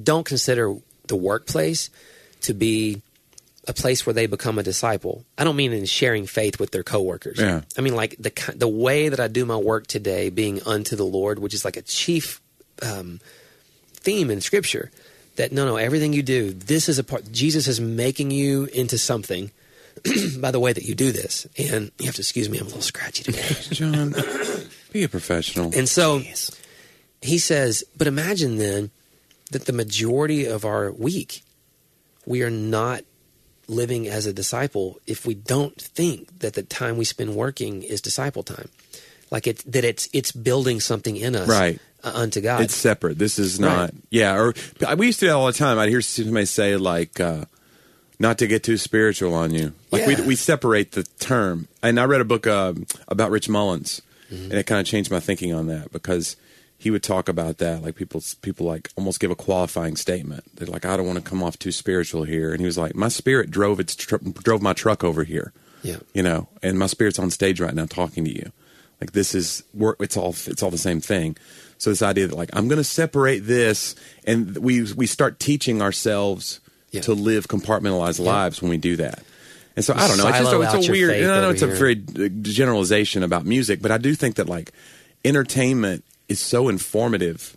Speaker 1: don't consider the workplace to be a place where they become a disciple. I don't mean in sharing faith with their coworkers.
Speaker 2: Yeah.
Speaker 1: I mean like the ki- the way that I do my work today, being unto the Lord, which is like a chief um, theme in Scripture. That no, no, everything you do, this is a part. Jesus is making you into something by the way that you do this. And you have to excuse me, I'm a little scratchy today.
Speaker 2: John, be a professional.
Speaker 1: And so he says, but imagine then that the majority of our week, we are not living as a disciple if we don't think that the time we spend working is disciple time. Like it, that it's it's building something in us,
Speaker 2: Right.
Speaker 1: uh, unto God.
Speaker 2: It's separate. This is not.
Speaker 1: Right.
Speaker 2: Yeah. Or we used to do that all the time. I'd hear somebody say like, uh, "Not to get too spiritual on you." Like
Speaker 1: Yeah.
Speaker 2: we we separate the term. And I read a book um about Rich Mullins,
Speaker 1: Mm-hmm.
Speaker 2: and it kind of changed my thinking on that because he would talk about that. Like people people like almost give a qualifying statement. They're like, "I don't want to come off too spiritual here," and he was like, "My spirit drove its tr- drove my truck over here."
Speaker 1: yeah,
Speaker 2: you know and my spirit's on stage right now talking to you like this is we're, it's all it's all the same thing so this idea that like i'm going to separate this and we we start teaching ourselves
Speaker 1: Yeah.
Speaker 2: to live compartmentalized lives when we do that and so i don't know it's just
Speaker 1: Silo
Speaker 2: a, it's
Speaker 1: out
Speaker 2: a
Speaker 1: your
Speaker 2: weird
Speaker 1: faith
Speaker 2: and i know
Speaker 1: over
Speaker 2: it's a
Speaker 1: here.
Speaker 2: very uh, generalization about music but i do think that like entertainment is so informative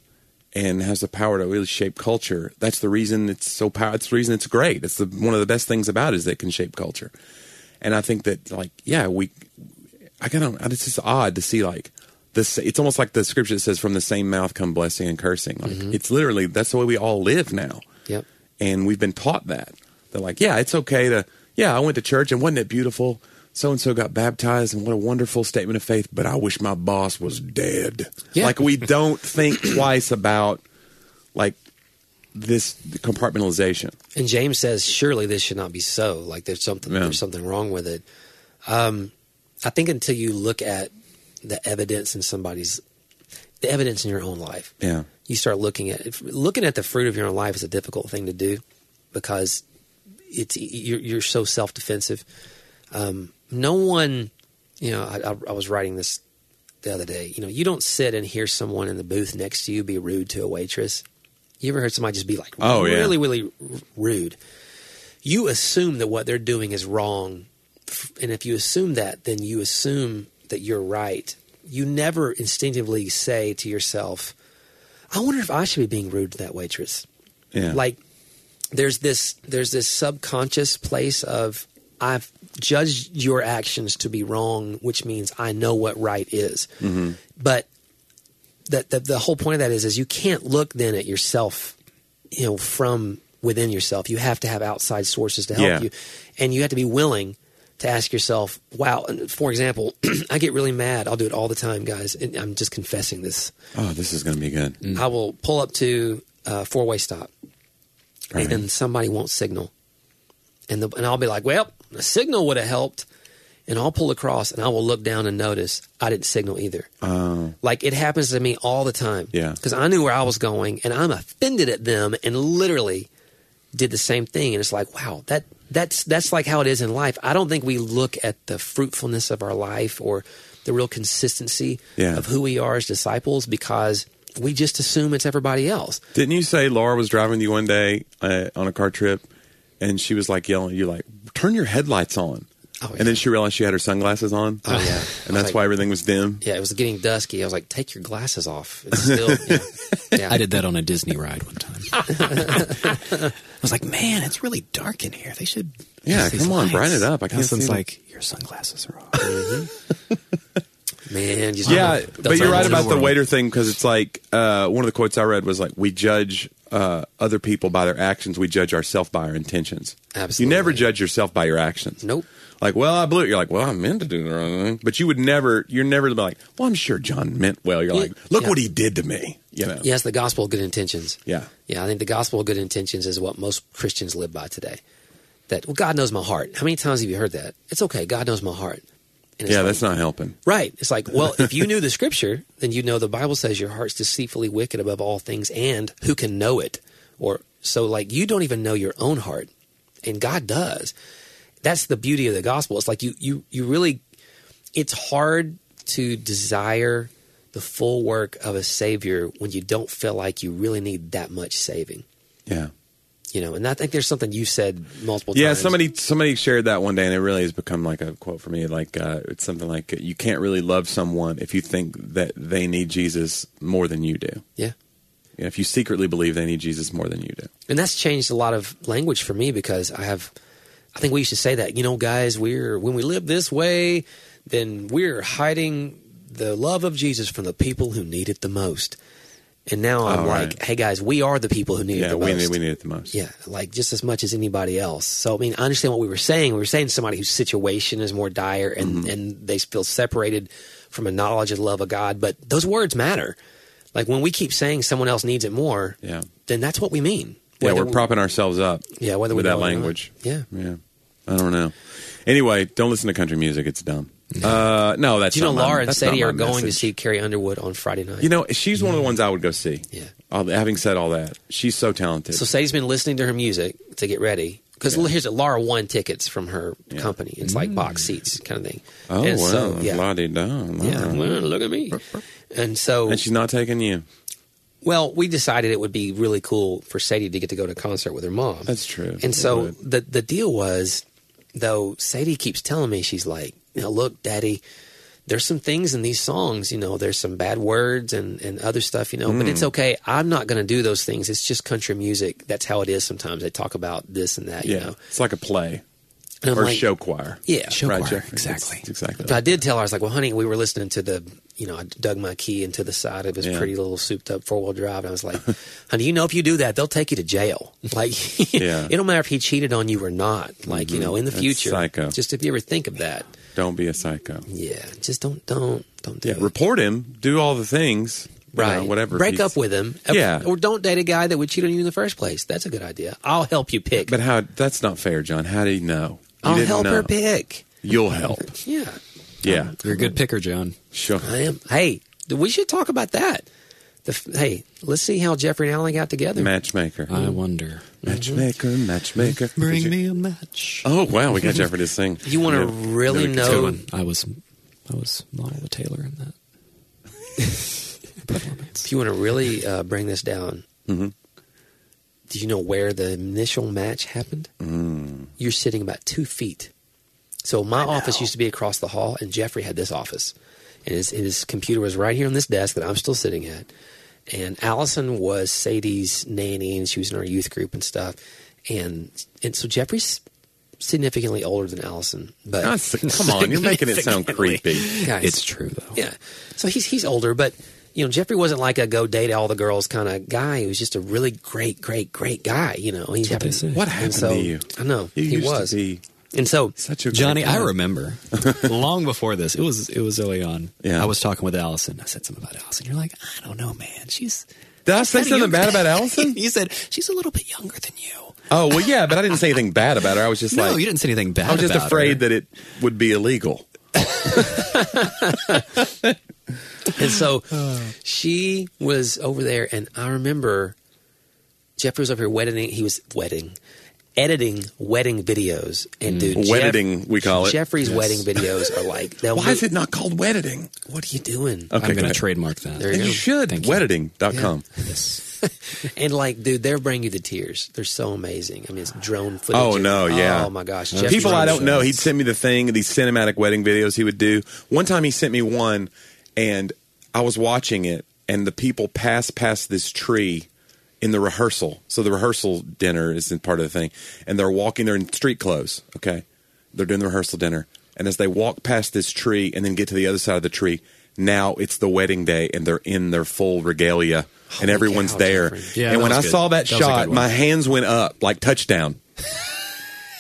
Speaker 2: and has the power to really shape culture. That's the reason it's so powerful. That's the reason it's great. It's the, one of the best things about it is that it can shape culture. And I think that like yeah, we I kind of it's just odd to see like this. It's almost like the scripture that says, "From the same mouth come blessing and cursing." Like
Speaker 1: Mm-hmm.
Speaker 2: it's literally that's the way we all live now,
Speaker 1: yep,
Speaker 2: and we've been taught that. They're like, yeah, it's okay to yeah. I went to church and wasn't it beautiful? So and so got baptized, and what a wonderful statement of faith. But I wish my boss was dead.
Speaker 1: Yeah.
Speaker 2: Like we don't think twice about like this compartmentalization.
Speaker 1: And James says, "Surely this should not be so. Like there's something
Speaker 2: Yeah.
Speaker 1: there's something wrong with it." Um, I think until you look at the evidence in somebody's, the evidence in your own life,
Speaker 2: Yeah,
Speaker 1: you start looking at if, looking at the fruit of your own life is a difficult thing to do because it's you're, you're so self defensive. Um, no one, you know, I, I, I was writing this the other day. You know, you don't sit and hear someone in the booth next to you be rude to a waitress. You ever heard somebody just be like,
Speaker 2: Oh, yeah.
Speaker 1: really, really r- rude? You assume that what they're doing is wrong, f- and if you assume that, then you assume that you're right. You never instinctively say to yourself, I wonder if I should be being rude to that waitress.
Speaker 2: yeah.
Speaker 1: Like there's this there's this subconscious place of I've judged your actions to be wrong, which means I know what right is.
Speaker 2: Mm-hmm.
Speaker 1: But that the, the whole point of that is is you can't look then at yourself, you know, from within yourself. You have to have outside sources to help
Speaker 2: Yeah.
Speaker 1: you, and you have to be willing to ask yourself, "Wow." and For example, I get really mad. I'll do it all the time, guys, and I'm just confessing this.
Speaker 2: oh, this is going to be good.
Speaker 1: Mm. I will pull up to a four way stop,
Speaker 2: Right.
Speaker 1: and then somebody won't signal, and the, and I'll be like, "Well, a signal would have helped," and I'll pull across, and I will look down and notice I didn't signal either.
Speaker 2: Oh,
Speaker 1: Like it happens to me all the time.
Speaker 2: Yeah.
Speaker 1: because I knew where I was going, and I'm offended at them, and literally did the same thing. And it's like, wow, that that's that's like how it is in life. I don't think we look at the fruitfulness of our life or the real consistency
Speaker 2: Yeah.
Speaker 1: of who we are as disciples because we just assume it's everybody else.
Speaker 2: Didn't you say Laura was driving you one day uh, on a car trip, and she was like yelling at you, like "Turn your headlights on,"
Speaker 1: Oh, yeah.
Speaker 2: and then she realized she had her sunglasses on.
Speaker 1: Oh, yeah.
Speaker 2: and that's
Speaker 1: Like-
Speaker 2: why everything was dim.
Speaker 1: Yeah, it was getting dusky. I was like, take your glasses off. It's still, yeah. yeah.
Speaker 3: I did that on a Disney ride one time. I was like, man, it's really dark in here. They should.
Speaker 2: Yeah,
Speaker 3: fix these
Speaker 2: come on,
Speaker 3: lights."
Speaker 2: brighten it up. I can't
Speaker 3: Allison's
Speaker 2: see them.
Speaker 3: like, your sunglasses are off.
Speaker 1: Man, you just-
Speaker 2: Yeah,
Speaker 1: Uh, that's
Speaker 2: but you're
Speaker 1: all
Speaker 2: right
Speaker 1: in
Speaker 2: about the
Speaker 1: world.
Speaker 2: waiter thing because it's like uh, one of the quotes I read was like, "We judge uh, other people by their actions; we judge ourselves by our intentions."
Speaker 1: Absolutely.
Speaker 2: you never judge yourself by your actions.
Speaker 1: Nope.
Speaker 2: Like, well, I blew it. You're like, well, I meant to do the wrong thing, but you would never. You're never like, well, I'm sure John meant well. You're
Speaker 1: Yeah.
Speaker 2: like, look
Speaker 1: Yeah.
Speaker 2: what he did to me. You know.
Speaker 1: Yes, the gospel of good intentions.
Speaker 2: Yeah.
Speaker 1: Yeah, I think the gospel of good intentions is what most Christians live by today. That, well, God knows my heart. How many times have you heard that? It's okay. God knows my heart. And it's
Speaker 2: Yeah,
Speaker 1: like-
Speaker 2: that's not helping.
Speaker 1: Right. It's like, well, if you knew the scripture, then you know the Bible says your heart's deceitfully wicked above all things, and who can know it? Or so, like, you don't even know your own heart, and God does. That's the beauty of the gospel. It's like you, you, you really, it's hard to desire the full work of a savior when you don't feel like you really need that much saving.
Speaker 2: Yeah.
Speaker 1: You know, and I think there's something you said multiple
Speaker 2: Yeah,
Speaker 1: times.
Speaker 2: somebody somebody shared that one day, and it really has become like a quote for me. Like uh, it's something like you can't really love someone if you think that they need Jesus more than you do.
Speaker 1: Yeah.
Speaker 2: You know, if you secretly believe they need Jesus more than you do.
Speaker 1: And that's changed a lot of language for me because I have, I think we used to say that, you know, guys, we're, when we live this way, then we're hiding the love of Jesus from the people who need it the most. And now I'm
Speaker 2: Oh, right.
Speaker 1: like, hey, guys, we are the people who need it
Speaker 2: Yeah,
Speaker 1: the
Speaker 2: we
Speaker 1: most.
Speaker 2: need, we need it the most.
Speaker 1: Yeah, like just as much as anybody else. So I mean, I understand what we were saying. We were saying somebody whose situation is more dire and
Speaker 2: Mm-hmm.
Speaker 1: and they feel separated from a knowledge and love of God. But those words matter. Like when we keep saying someone else needs it more,
Speaker 2: Yeah.
Speaker 1: then that's what we mean.
Speaker 2: Yeah,
Speaker 1: Whether
Speaker 2: we're
Speaker 1: we-
Speaker 2: propping ourselves up.
Speaker 1: Yeah, whether we
Speaker 2: with
Speaker 1: know it or
Speaker 2: that
Speaker 1: not.
Speaker 2: language.
Speaker 1: Yeah.
Speaker 2: yeah. I don't know. Anyway, don't listen to country music; it's dumb. Uh, no, that's
Speaker 1: Do you know
Speaker 2: not my-
Speaker 1: Laura and
Speaker 2: that's not
Speaker 1: Sadie
Speaker 2: my
Speaker 1: are going to
Speaker 2: message.
Speaker 1: see Carrie Underwood on Friday night?
Speaker 2: You know, she's one of the ones I would go see.
Speaker 1: Yeah.
Speaker 2: Uh, having said all that, she's so talented.
Speaker 1: so Sadie's been listening to her music to get ready because here's it. Laura won tickets from her company. It's like box seats kind of thing.
Speaker 2: Mm. oh
Speaker 1: and
Speaker 2: wow,
Speaker 1: so, yeah,
Speaker 2: La-di-da,
Speaker 1: yeah.
Speaker 2: la.
Speaker 1: Well, look at me. And so
Speaker 2: And she's not taking you.
Speaker 1: Well, we decided it would be really cool for Sadie to get to go to a concert with her mom.
Speaker 2: That's true.
Speaker 1: And so
Speaker 2: It
Speaker 1: the the deal was, though Sadie keeps telling me she's like, "Now look, Daddy, there's some things in these songs. You know, there's some bad words and and other stuff. You know, but
Speaker 2: Hmm.
Speaker 1: it's okay. I'm not going to do those things. It's just country music. That's how it is. Sometimes they talk about this and that.
Speaker 2: Yeah,
Speaker 1: You know,
Speaker 2: it's like a play
Speaker 1: and I'm
Speaker 2: or
Speaker 1: like-
Speaker 2: show choir.
Speaker 1: Yeah,
Speaker 3: Show
Speaker 2: right,
Speaker 3: choir,
Speaker 2: Jeffrey?
Speaker 3: exactly.
Speaker 2: It's exactly.
Speaker 1: But I did tell her, I was like, well, honey, we were listening to the, you know, I dug my key into the side of his
Speaker 2: Yeah.
Speaker 1: pretty little souped up four wheel drive. And I was like, honey, you know, if you do that, they'll take you to jail. Like,
Speaker 2: Yeah. Mm-hmm.
Speaker 1: it don't matter if he cheated on you or not. Like, you know, in the
Speaker 2: That's
Speaker 1: future,
Speaker 2: psycho.
Speaker 1: just if you ever think of that,
Speaker 2: Don't be a psycho.
Speaker 1: yeah, just don't, don't, don't do
Speaker 2: Yeah,
Speaker 1: it.
Speaker 2: report him. Do all the things. you
Speaker 1: Right.
Speaker 2: know, whatever.
Speaker 1: Break
Speaker 2: He's-
Speaker 1: up with him.
Speaker 2: Yeah.
Speaker 1: Or don't date a guy that would cheat on you in the first place. That's a good idea. I'll help you pick.
Speaker 2: But how? That's not fair, John. How do you know? You
Speaker 1: I'll
Speaker 2: didn't
Speaker 1: help her
Speaker 2: know.
Speaker 1: pick.
Speaker 2: You'll help.
Speaker 1: Yeah.
Speaker 2: Yeah.
Speaker 3: You're a good picker, John.
Speaker 2: Sure.
Speaker 1: I am. Hey, we should talk about that. The, f- hey, let's see how Jeffrey and Allie got together.
Speaker 2: Matchmaker.
Speaker 3: I wonder.
Speaker 2: matchmaker, matchmaker. Did you-
Speaker 3: a match.
Speaker 2: Oh, wow. We got Jeffrey to sing.
Speaker 1: You want to
Speaker 2: Yeah.
Speaker 1: really
Speaker 3: It's a good
Speaker 1: know?
Speaker 3: one. I was, I was model the tailor in that performance.
Speaker 1: If you want to really uh, bring this down,
Speaker 3: Mm-hmm.
Speaker 1: do you know where the initial match happened?
Speaker 3: Mm.
Speaker 1: You're sitting about two feet. So my office used to be across the hall, and Jeffrey had this office, and his, his computer was right here on this desk that I'm still sitting at. And Allison was Sadie's nanny, and she was in our youth group and stuff. And and so Jeffrey's significantly older than Allison, but
Speaker 2: Not si- come on. You're making it sound creepy.
Speaker 1: guys,
Speaker 3: It's true though.
Speaker 1: Yeah. So he's he's older, but you know, Jeffrey wasn't like a go date all the girls kind of guy. He was just a really great, great, great guy. You know, he
Speaker 3: what they say.
Speaker 2: What happened
Speaker 1: so,
Speaker 2: to you?
Speaker 1: I know
Speaker 2: You
Speaker 1: he
Speaker 2: used
Speaker 1: was,
Speaker 2: to be
Speaker 1: and so
Speaker 2: such a great
Speaker 3: Johnny, I
Speaker 2: guy.
Speaker 3: remember long before this. It was it was early on.
Speaker 2: Yeah.
Speaker 3: I was talking with Allison. I said something about Allison. You're like, I don't know, man. She's
Speaker 2: Did I say something
Speaker 3: kinda younger.
Speaker 2: bad about Allison?
Speaker 3: you said she's a little bit younger than you.
Speaker 2: Oh, well, yeah, but I didn't say anything bad about her. I was just
Speaker 3: No,
Speaker 2: like,
Speaker 3: you didn't say anything bad.
Speaker 2: I was just
Speaker 3: about
Speaker 2: afraid
Speaker 3: her.
Speaker 2: that it would be illegal.
Speaker 1: and so
Speaker 2: Oh.
Speaker 1: she was over there, and I remember Jeffrey was over here wedding. He was wedding, editing wedding videos, and dude, Jeff-
Speaker 2: Mm. Wedding, we call it.
Speaker 1: Jeffrey's wedding videos are like, they'll
Speaker 2: Why
Speaker 1: mo-
Speaker 2: is it not called wedding?
Speaker 1: What are you doing?
Speaker 2: Okay,
Speaker 3: I'm
Speaker 2: go
Speaker 3: going to
Speaker 2: ahead.
Speaker 3: trademark that.
Speaker 1: There
Speaker 2: And
Speaker 1: you
Speaker 2: you
Speaker 1: go.
Speaker 2: should.
Speaker 3: Thank you.
Speaker 2: Wedding.com.
Speaker 3: Yes.
Speaker 1: And like, dude, they're bringing you the tears. They're so amazing. I mean, it's drone footage.
Speaker 2: Oh, no, yeah.
Speaker 1: Oh my gosh,
Speaker 3: People
Speaker 2: People I don't
Speaker 1: Rosen.
Speaker 2: know, he'd send me the thing, these cinematic wedding videos he would do. One time he sent me one, and I was watching it, and the people pass past this tree in the rehearsal. So the rehearsal dinner is in part of the thing, and they're walking, they're in street clothes, okay? They're doing the rehearsal dinner. And as they walk past this tree and then get to the other side of the tree, now it's the wedding day, and they're in their full regalia, and
Speaker 1: Holy
Speaker 2: everyone's
Speaker 1: cow,
Speaker 2: there.
Speaker 1: Jeffrey.
Speaker 3: Yeah,
Speaker 2: and
Speaker 3: that
Speaker 2: when
Speaker 3: was
Speaker 2: I
Speaker 3: good.
Speaker 2: saw that,
Speaker 3: That was a good
Speaker 2: shot,
Speaker 3: one.
Speaker 2: my hands went up like touchdown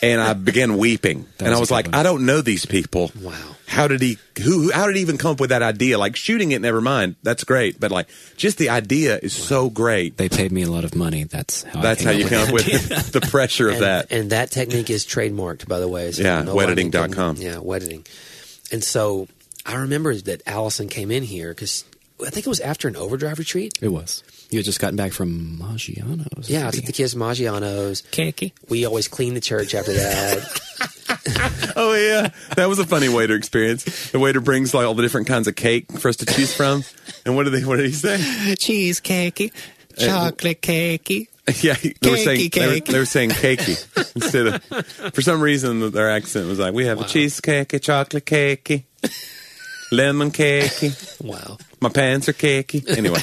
Speaker 2: and I began weeping.
Speaker 3: That
Speaker 2: and I
Speaker 3: was a
Speaker 2: was
Speaker 3: good
Speaker 2: like,
Speaker 3: one.
Speaker 2: I don't know these people.
Speaker 1: Wow.
Speaker 2: How did he? Who? who- How did he even come up with that idea? Like shooting it, never mind. That's great, but like just the idea is so great.
Speaker 3: They paid me a lot of money. That's how.
Speaker 2: That's
Speaker 3: I
Speaker 2: how
Speaker 3: came
Speaker 2: you
Speaker 3: up
Speaker 2: come up
Speaker 3: with that.
Speaker 2: with the pressure of
Speaker 1: and,
Speaker 2: that.
Speaker 1: And that technique is trademarked, by the way. So
Speaker 2: Yeah,
Speaker 1: no one can-
Speaker 2: wetting.com.
Speaker 1: Yeah, wetting. And so I remember that Allison came in here because I think it was after an overdrive retreat.
Speaker 3: It was. You had just gotten back from Maggiano's.
Speaker 1: Yeah, I took the kids to Maggiano's.
Speaker 3: Khaki.
Speaker 1: We always clean the church after that.
Speaker 2: oh yeah, that was a funny waiter experience. The waiter brings like all the different kinds of cake for us to choose from, and what did they? What did he say?
Speaker 3: Cheesecakey,
Speaker 2: Uh,
Speaker 3: chocolate cakey.
Speaker 2: Yeah, they were
Speaker 3: Cakey,
Speaker 2: saying they were,
Speaker 3: cakey.
Speaker 2: they were saying cakey instead of. For some reason, their accent was like, "We have a cheesecakey, chocolate cakey, lemon cakey,
Speaker 1: Wow.
Speaker 2: my pants are cakey." Anyway,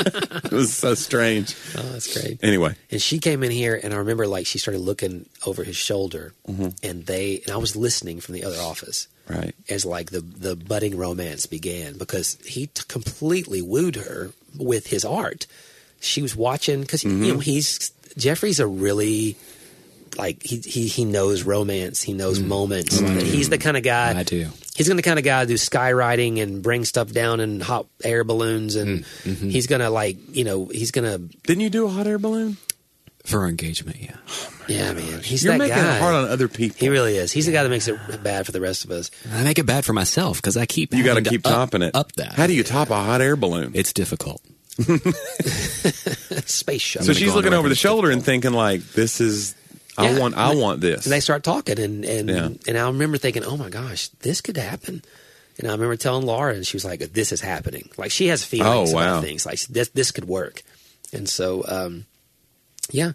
Speaker 2: it was so strange.
Speaker 1: Oh, that's great.
Speaker 2: Anyway,
Speaker 1: And she came in here, and I remember like she started looking over his shoulder,
Speaker 2: Mm-hmm.
Speaker 1: and they and I was listening from the other office
Speaker 2: right.
Speaker 1: as like the the budding romance began because he t- completely wooed her with his art. She was watching because
Speaker 2: Mm-hmm.
Speaker 1: you know he's Jeffrey's a really like he he he knows romance, he knows
Speaker 2: Mm-hmm.
Speaker 1: moments. He's the kind of guy
Speaker 3: I do.
Speaker 1: He's gonna kind of guy do skywriting and bring stuff down and hop air balloons, and
Speaker 2: Mm-hmm.
Speaker 1: he's gonna like you know he's gonna
Speaker 2: Didn't you do a hot air balloon?
Speaker 3: For our engagement, yeah.
Speaker 1: yeah man he's
Speaker 2: You're
Speaker 1: that
Speaker 2: making
Speaker 1: guy.
Speaker 2: it hard on other people.
Speaker 1: He really is. He's the guy that makes it bad for the rest of us.
Speaker 3: I make it bad for myself because I keep
Speaker 2: you got to
Speaker 3: having
Speaker 2: keep
Speaker 3: up-
Speaker 2: topping it.
Speaker 3: Up that.
Speaker 2: How do you top a hot air balloon?
Speaker 3: It's difficult.
Speaker 1: Space shuttle.
Speaker 2: so
Speaker 3: go
Speaker 2: she's
Speaker 3: on
Speaker 2: looking
Speaker 3: the
Speaker 2: over the
Speaker 3: record.
Speaker 2: shoulder and thinking like, "This is I
Speaker 1: Yeah.
Speaker 2: want I want this."
Speaker 1: and they start talking and and
Speaker 2: Yeah.
Speaker 1: and I remember thinking, "Oh my gosh, this could happen." And I remember telling Laura and she was like, "This is happening." Like she has feelings
Speaker 2: Oh, wow.
Speaker 1: about things. Like this this could work. And so um yeah,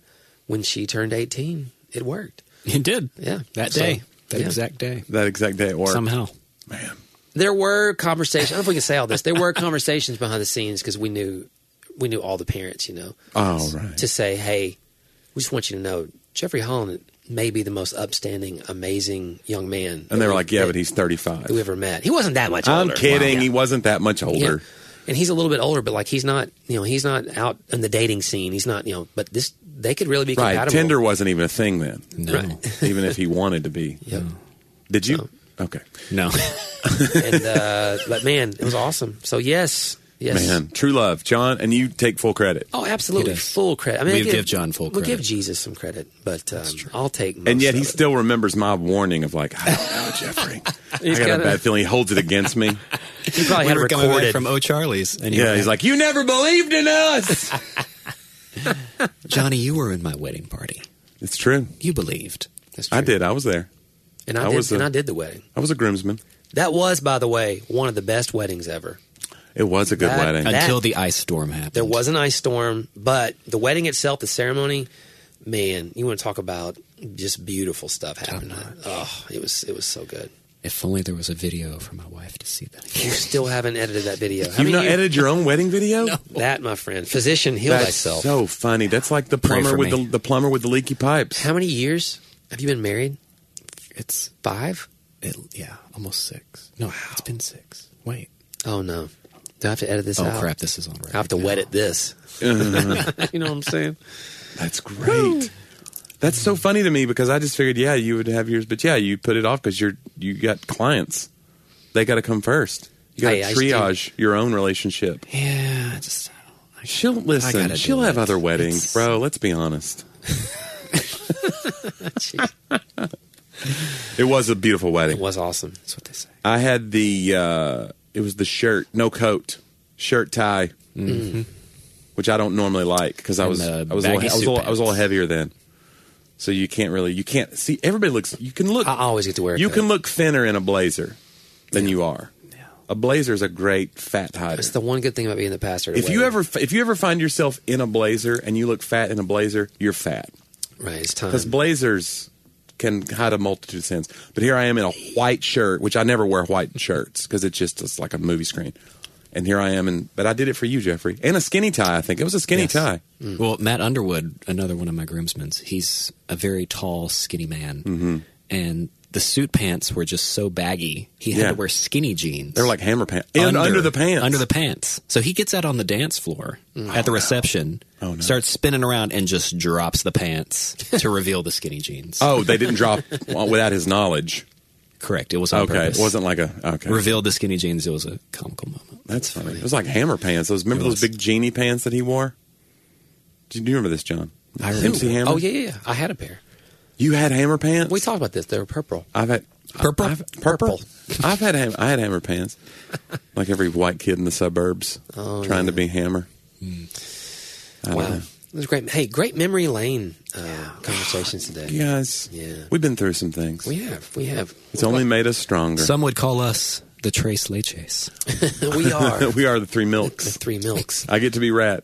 Speaker 1: when she turned 18, it worked.
Speaker 3: It did.
Speaker 1: Yeah.
Speaker 3: That
Speaker 1: So,
Speaker 3: day. that
Speaker 1: yeah.
Speaker 3: exact day.
Speaker 2: that exact day at work.
Speaker 3: Somehow.
Speaker 2: Man,
Speaker 1: There were conversations. I don't know if we can say all this. There were conversations behind the scenes because we knew we knew all the parents, you know.
Speaker 2: oh right.
Speaker 1: to say, hey, we just want you to know Jeffrey Holland may be the most upstanding, amazing young man.
Speaker 2: and they were like, "Yeah,
Speaker 1: that-
Speaker 2: but he's 35."
Speaker 1: that we ever met. He wasn't that much
Speaker 2: I'm
Speaker 1: older.
Speaker 2: kidding.
Speaker 1: Wow.
Speaker 2: He wasn't that much
Speaker 1: Yeah.
Speaker 2: older.
Speaker 1: And he's a little bit older, but like he's not, you know, he's not out in the dating scene. He's not, you know, but this they could really be
Speaker 2: Right.
Speaker 1: compatible.
Speaker 2: Tinder wasn't even a thing then,
Speaker 3: No.
Speaker 1: Right.
Speaker 2: even if he wanted to be.
Speaker 1: Yep.
Speaker 2: Did you? Okay.
Speaker 3: No.
Speaker 1: and uh, but man, it was awesome. So yes, yes,
Speaker 2: Man, true love, John, and you take full credit.
Speaker 1: Oh, absolutely,
Speaker 3: It is.
Speaker 1: full credit. I mean,
Speaker 3: We
Speaker 1: I
Speaker 3: give John full
Speaker 1: We'll give
Speaker 3: credit.
Speaker 1: Jesus some credit, but um, I'll take. Most
Speaker 2: and yet he
Speaker 1: of it.
Speaker 2: still remembers my warning of like, I don't know, Jeffrey. I
Speaker 1: He's
Speaker 2: got a
Speaker 1: gotta-
Speaker 2: bad feeling. He holds it against me.
Speaker 1: he probably had
Speaker 3: we were
Speaker 1: it
Speaker 3: coming back
Speaker 1: recorded
Speaker 3: from O'Charlie's. And you
Speaker 2: Yeah,
Speaker 3: were
Speaker 2: he's like, you never believed in us.
Speaker 3: Johnny, you were in my wedding party.
Speaker 2: it's true.
Speaker 3: You believed.
Speaker 1: That's true.
Speaker 2: I did. I was there.
Speaker 1: and I,
Speaker 2: I
Speaker 1: did,
Speaker 2: was a-
Speaker 1: and I did the wedding.
Speaker 2: I was a groomsman.
Speaker 1: That was, by the way, one of the best weddings ever.
Speaker 2: It was a good
Speaker 1: That-
Speaker 2: wedding.
Speaker 1: that-
Speaker 3: Until the ice storm happened.
Speaker 1: There was an ice storm, but the wedding itself, the ceremony, man, you want to talk about just beautiful stuff happening. Oh, it was it was so good.
Speaker 3: If only there was a video for my wife to see that.
Speaker 1: You still haven't edited that video. How many
Speaker 2: You've not
Speaker 1: you-
Speaker 2: edited your own wedding video?
Speaker 1: that, my friend. Physician, heal
Speaker 2: That's
Speaker 1: thyself.
Speaker 2: so funny. That's like the
Speaker 3: Pray
Speaker 2: plumber
Speaker 3: for
Speaker 2: with the,
Speaker 3: me.
Speaker 2: the plumber with the leaky pipes.
Speaker 1: How many years have you been married?
Speaker 3: It's
Speaker 1: Five?
Speaker 3: it, yeah, almost six. No, it's been six. Wait.
Speaker 1: Oh no. Do I have to edit this
Speaker 3: Oh
Speaker 1: out?
Speaker 3: crap! This is on record.
Speaker 1: I have to
Speaker 3: now.
Speaker 1: wet it this. you know what I'm saying?
Speaker 2: That's great. That's so funny to me because I just figured, yeah, you would have yours, but yeah, you put it off because you're you got clients. They got to come first. You got to
Speaker 1: Hey, I
Speaker 2: triage your own relationship.
Speaker 3: Yeah, I just. I don't- I-
Speaker 2: She'll listen.
Speaker 3: gotta
Speaker 2: She'll
Speaker 3: do
Speaker 2: have
Speaker 3: it.
Speaker 2: other weddings,
Speaker 3: It's-
Speaker 2: bro. Let's be honest. It was a beautiful
Speaker 1: It
Speaker 2: wedding.
Speaker 1: was awesome.
Speaker 3: That's what they say.
Speaker 2: I had the uh it was the shirt, no coat, shirt tie, which I don't normally like because I
Speaker 3: Mm-hmm. And
Speaker 2: was I was a
Speaker 3: the
Speaker 2: little, I
Speaker 3: baggy
Speaker 2: was a little,
Speaker 3: suit
Speaker 2: I was a little
Speaker 3: pants.
Speaker 2: heavier then, so you can't really you can't see everybody looks you can look
Speaker 1: I always get to wear a
Speaker 2: you
Speaker 1: coat.
Speaker 2: can look thinner in a blazer than you are. A blazer is a great fat hider.
Speaker 1: That's the one good thing about being the pastor. at a
Speaker 2: if you
Speaker 1: wedding.
Speaker 2: ever if you ever find yourself in a blazer and you look fat in a blazer, you're fat
Speaker 1: right, it's time.
Speaker 2: because
Speaker 3: Mm-hmm.
Speaker 2: blazers can hide a multitude of sins. But here I am in a white shirt, which I never wear white shirts because it's just it's like a movie screen. And here I am, and but I did it for you, Jeffrey, and a skinny tie. I think it was a skinny
Speaker 3: Yes.
Speaker 2: tie.
Speaker 3: Mm. Well, Matt Underwood, another one of my groomsmen, he's a very tall, skinny man, and the suit pants were just so baggy. He had
Speaker 2: Yeah.
Speaker 3: to wear skinny jeans.
Speaker 2: They were like hammer pants and under, the pants,
Speaker 3: under the pants. So he gets out on the dance floor at the reception,
Speaker 2: Oh, no.
Speaker 3: starts spinning around, and just drops the pants to reveal the skinny jeans.
Speaker 2: Oh, they didn't drop well, without his knowledge.
Speaker 3: correct. It was on
Speaker 2: Okay,
Speaker 3: purpose.
Speaker 2: it wasn't like a okay.
Speaker 3: revealed the skinny jeans. It was a comical moment.
Speaker 2: That's funny. It was like hammer pants. Those remember
Speaker 3: It
Speaker 2: those
Speaker 3: was.
Speaker 2: big genie pants that he wore? Do you, do you remember this, John?
Speaker 3: I remember.
Speaker 2: MC Hammer.
Speaker 1: Oh yeah, yeah, yeah. I had a pair.
Speaker 2: you had hammer pants.
Speaker 1: We talked about this. They were purple.
Speaker 2: I've had
Speaker 3: Purple?
Speaker 2: I've, purple. I've had ham- I had hammer pants, like every white kid in the suburbs,
Speaker 1: Oh,
Speaker 2: trying
Speaker 1: yeah.
Speaker 2: to be hammer. I don't
Speaker 1: Wow.
Speaker 2: know.
Speaker 1: It was great. Hey, great memory lane uh, conversations today.
Speaker 2: Yes.
Speaker 1: Yeah.
Speaker 2: We've been through some things.
Speaker 1: We have. We have.
Speaker 2: it's only made us stronger.
Speaker 3: Some would call us the Trace Leches.
Speaker 1: we are the
Speaker 2: we are the three milks.
Speaker 1: three milks.
Speaker 2: I get to be rat.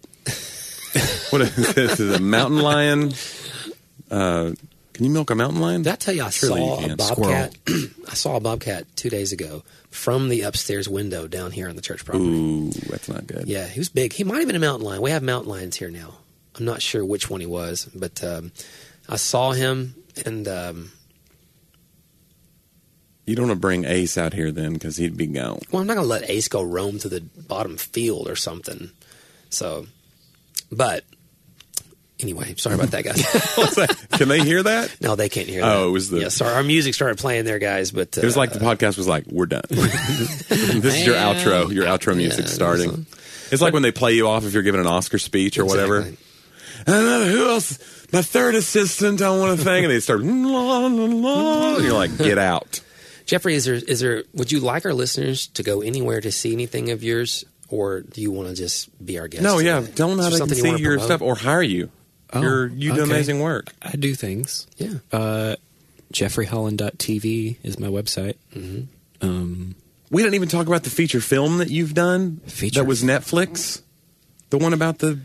Speaker 2: what is this? Is it a mountain lion? Uh, can you milk a mountain lion?
Speaker 1: Did I tell you I
Speaker 2: Surely you
Speaker 1: saw a
Speaker 2: can.
Speaker 1: bobcat? I saw a bobcat two days ago from the upstairs window down here on the church property.
Speaker 2: Ooh, that's not good.
Speaker 1: Yeah, he was big. He might have been a mountain lion. We have mountain lions here now. I'm not sure which one he was, but um, I saw him and um,
Speaker 2: You don't want to bring Ace out here then because he'd be gone.
Speaker 1: well, I'm not going to let Ace go roam to the bottom field or something. So, but anyway, sorry about that, guys.
Speaker 2: What's that? Can they hear that?
Speaker 1: no, they can't hear.
Speaker 2: Oh,
Speaker 1: that.
Speaker 2: it was the-
Speaker 1: yeah. Sorry, our music started playing there, guys. But uh,
Speaker 2: It was like the podcast was like, we're done. this is your outro, your outro music
Speaker 1: Yeah,
Speaker 2: starting. It's like when they play you off if you're giving an Oscar speech or whatever.
Speaker 1: Exactly.
Speaker 2: And another, who else? My third assistant, I want to thank. And they start, la, la, la, and you're like, get out.
Speaker 1: Jeffrey, is there is there? Would you like our listeners to go anywhere to see anything of yours, or do you want to just be our guest?
Speaker 2: No, yeah,
Speaker 1: today?
Speaker 2: tell them
Speaker 1: Is
Speaker 2: how
Speaker 1: there
Speaker 2: they can
Speaker 1: something you
Speaker 2: see
Speaker 1: wanna
Speaker 2: your
Speaker 1: promote?
Speaker 2: stuff or hire you.
Speaker 3: Oh,
Speaker 2: You're, you do
Speaker 3: okay.
Speaker 2: amazing work.
Speaker 3: I do things.
Speaker 1: Yeah.
Speaker 3: Uh, JeffreyHolland.tv is my website. Um,
Speaker 2: We didn't even talk about the feature film that you've done
Speaker 3: Feature
Speaker 2: that was
Speaker 3: film.
Speaker 2: Netflix. The one about the.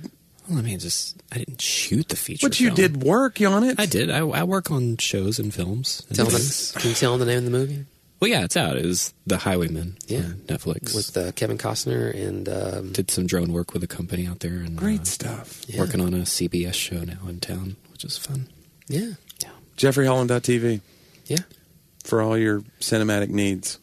Speaker 3: well, I mean, just I didn't shoot the feature.
Speaker 2: But you
Speaker 3: film.
Speaker 2: did work on it.
Speaker 3: I did. I, I work on shows and films. And
Speaker 1: Tell them,
Speaker 3: things.
Speaker 1: can you tell them the name of the movie
Speaker 3: Well, yeah, it's out. It was The Highwayman.
Speaker 1: Yeah.
Speaker 3: on Netflix.
Speaker 1: with uh, Kevin Costner and um,
Speaker 3: did some drone work with a company out there and
Speaker 2: Great
Speaker 3: uh,
Speaker 2: stuff.
Speaker 1: Yeah.
Speaker 3: working on a CBS show now in town, which is fun.
Speaker 1: yeah,
Speaker 3: Yeah.
Speaker 2: JeffreyHolland.tv.
Speaker 1: yeah.
Speaker 2: for all your cinematic needs.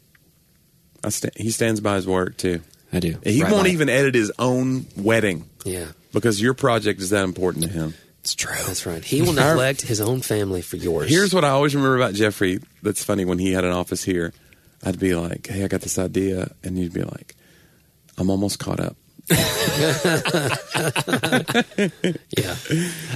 Speaker 2: I sta he stands by his work too.
Speaker 3: I do.
Speaker 2: He
Speaker 1: Right
Speaker 2: won't
Speaker 1: by-
Speaker 2: even edit his own wedding
Speaker 1: Yeah,
Speaker 2: because your project is that important to him.
Speaker 3: It's true.
Speaker 1: that's right. He will neglect his own family for yours.
Speaker 2: Here's what I always remember about Jeffrey. That's funny. When he had an office here, I'd be like, "Hey, I got this idea," and you'd be like, "I'm almost caught up."
Speaker 1: yeah,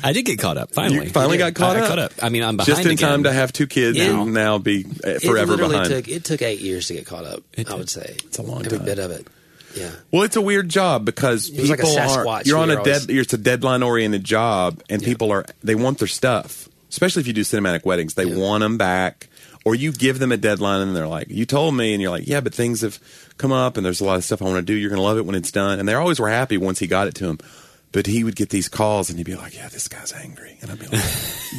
Speaker 3: I did get caught up. Finally,
Speaker 2: You finally
Speaker 3: I
Speaker 2: got caught
Speaker 3: I
Speaker 2: up.
Speaker 3: caught up. I mean, I'm behind
Speaker 2: Just in
Speaker 3: again.
Speaker 2: time to have two kids
Speaker 1: Yeah.
Speaker 2: and now be uh, forever
Speaker 1: it literally
Speaker 2: behind.
Speaker 1: Took, it took eight years to get caught up.
Speaker 3: It
Speaker 1: I
Speaker 3: did.
Speaker 1: would say it's
Speaker 2: a long
Speaker 1: every
Speaker 2: time.
Speaker 1: bit of it. Yeah,
Speaker 2: Well, it's a weird job because
Speaker 1: was
Speaker 2: people
Speaker 1: like a
Speaker 2: are
Speaker 1: Sasquatch
Speaker 2: you're on
Speaker 1: who
Speaker 2: a
Speaker 1: you're
Speaker 2: dead
Speaker 1: always-
Speaker 2: it's a deadline oriented job and people are they want their stuff. Especially if you do cinematic weddings, they
Speaker 1: Yeah.
Speaker 2: want them back or you give them a deadline and they're like, "You told me." And you're like, "Yeah, but things have come up and there's a lot of stuff I want to do. You're going to love it when it's done." And they always were happy once he got it to him. But he would get these calls and he'd be like, "Yeah, this guy's angry." And I'd be like,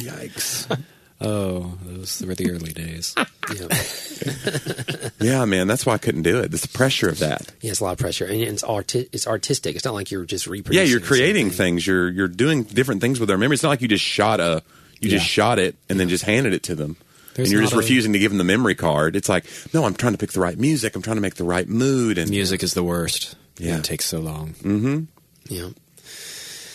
Speaker 2: "Yikes."
Speaker 3: Oh, those were the early days.
Speaker 1: yeah.
Speaker 2: yeah, man, that's why I couldn't do it. It's the pressure of that.
Speaker 1: yeah, it's a lot of pressure, and it's arti- it's artistic. It's not like you're just reproducing.
Speaker 2: Yeah, you're creating
Speaker 1: something.
Speaker 2: things. You're you're doing different things with their memory. It's not like you just shot a you just
Speaker 3: Yeah.
Speaker 2: shot it and then just handed it to them.
Speaker 3: There's
Speaker 2: and you're just
Speaker 3: not a-
Speaker 2: refusing to give them the memory card. It's like, no, I'm trying to pick the right music. I'm trying to make the right mood. And
Speaker 3: Music is the worst.
Speaker 2: Yeah. Mm.
Speaker 3: it takes so long.
Speaker 1: Yeah.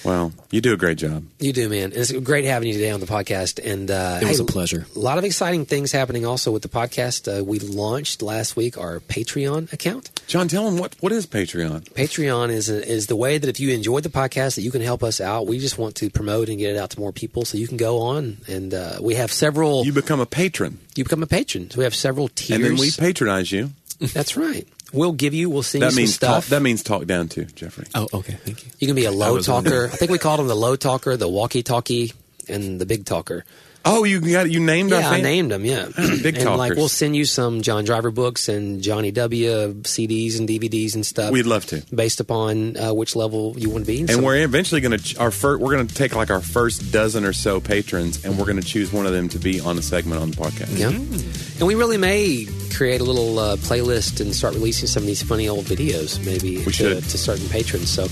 Speaker 2: well, you do a great job.
Speaker 1: You do, man. It's great having you today on the podcast, and uh,
Speaker 3: It was
Speaker 1: hey,
Speaker 3: a pleasure.
Speaker 1: A lot of exciting things happening also with the podcast. Uh, we launched last week our Patreon account.
Speaker 2: John, tell them what what is Patreon.
Speaker 1: Patreon is is the way that if you enjoyed the podcast that you can help us out. We just want to promote and get it out to more people, so you can go on and uh, we have several.
Speaker 2: You
Speaker 1: You,
Speaker 2: become a patron,
Speaker 1: become a patron, so we have several tiers.
Speaker 2: and then we patronize you.
Speaker 1: That's right. We'll give you. We'll send
Speaker 2: That
Speaker 1: you
Speaker 2: means
Speaker 1: some stuff.
Speaker 2: talk, that means talk down to Jeffrey.
Speaker 3: Oh, okay. Thank you.
Speaker 1: you can be a low
Speaker 3: was wondering.
Speaker 1: talker. I think we called them the low talker, the walkie talkie, and the big talker.
Speaker 2: Oh, you got you named our
Speaker 1: Yeah, I
Speaker 2: fan-
Speaker 1: named them. Yeah,
Speaker 2: Big
Speaker 1: and like
Speaker 2: talkers.
Speaker 1: we'll send you some John Driver books and Johnny W CDs and DVDs and stuff.
Speaker 2: We'd love to.
Speaker 1: based upon uh, which level you want to be.
Speaker 2: And
Speaker 1: Some-
Speaker 2: we're eventually going to our first. We're going to take like our first dozen or so patrons, and we're going to choose one of them to be on a segment on the podcast.
Speaker 1: yeah,
Speaker 2: Mm.
Speaker 1: and we really may create a little uh, playlist and start releasing some of these funny old videos, maybe to,
Speaker 2: should.
Speaker 1: to certain patrons. So.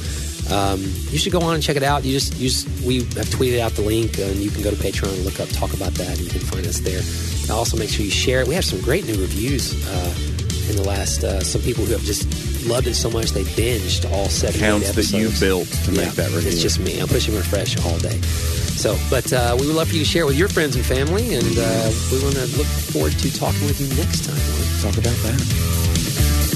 Speaker 1: Um, you should go on and check it out. You just, you just, we have tweeted out the link, and you can go to Patreon and look up, talk about that, and you can find us there. And also, make sure you share it. We have some great new reviews uh, in the last. Uh, some people who have just loved it so much they binged all seven
Speaker 2: Counts
Speaker 1: episodes.
Speaker 2: that you built to
Speaker 1: Yeah,
Speaker 2: make that review.
Speaker 1: It's just me. I'm pushing refresh all day. So, but uh, we would love for you to share it with your friends and family, and uh, we want to look forward to talking with you next time. Lauren.
Speaker 2: talk about that.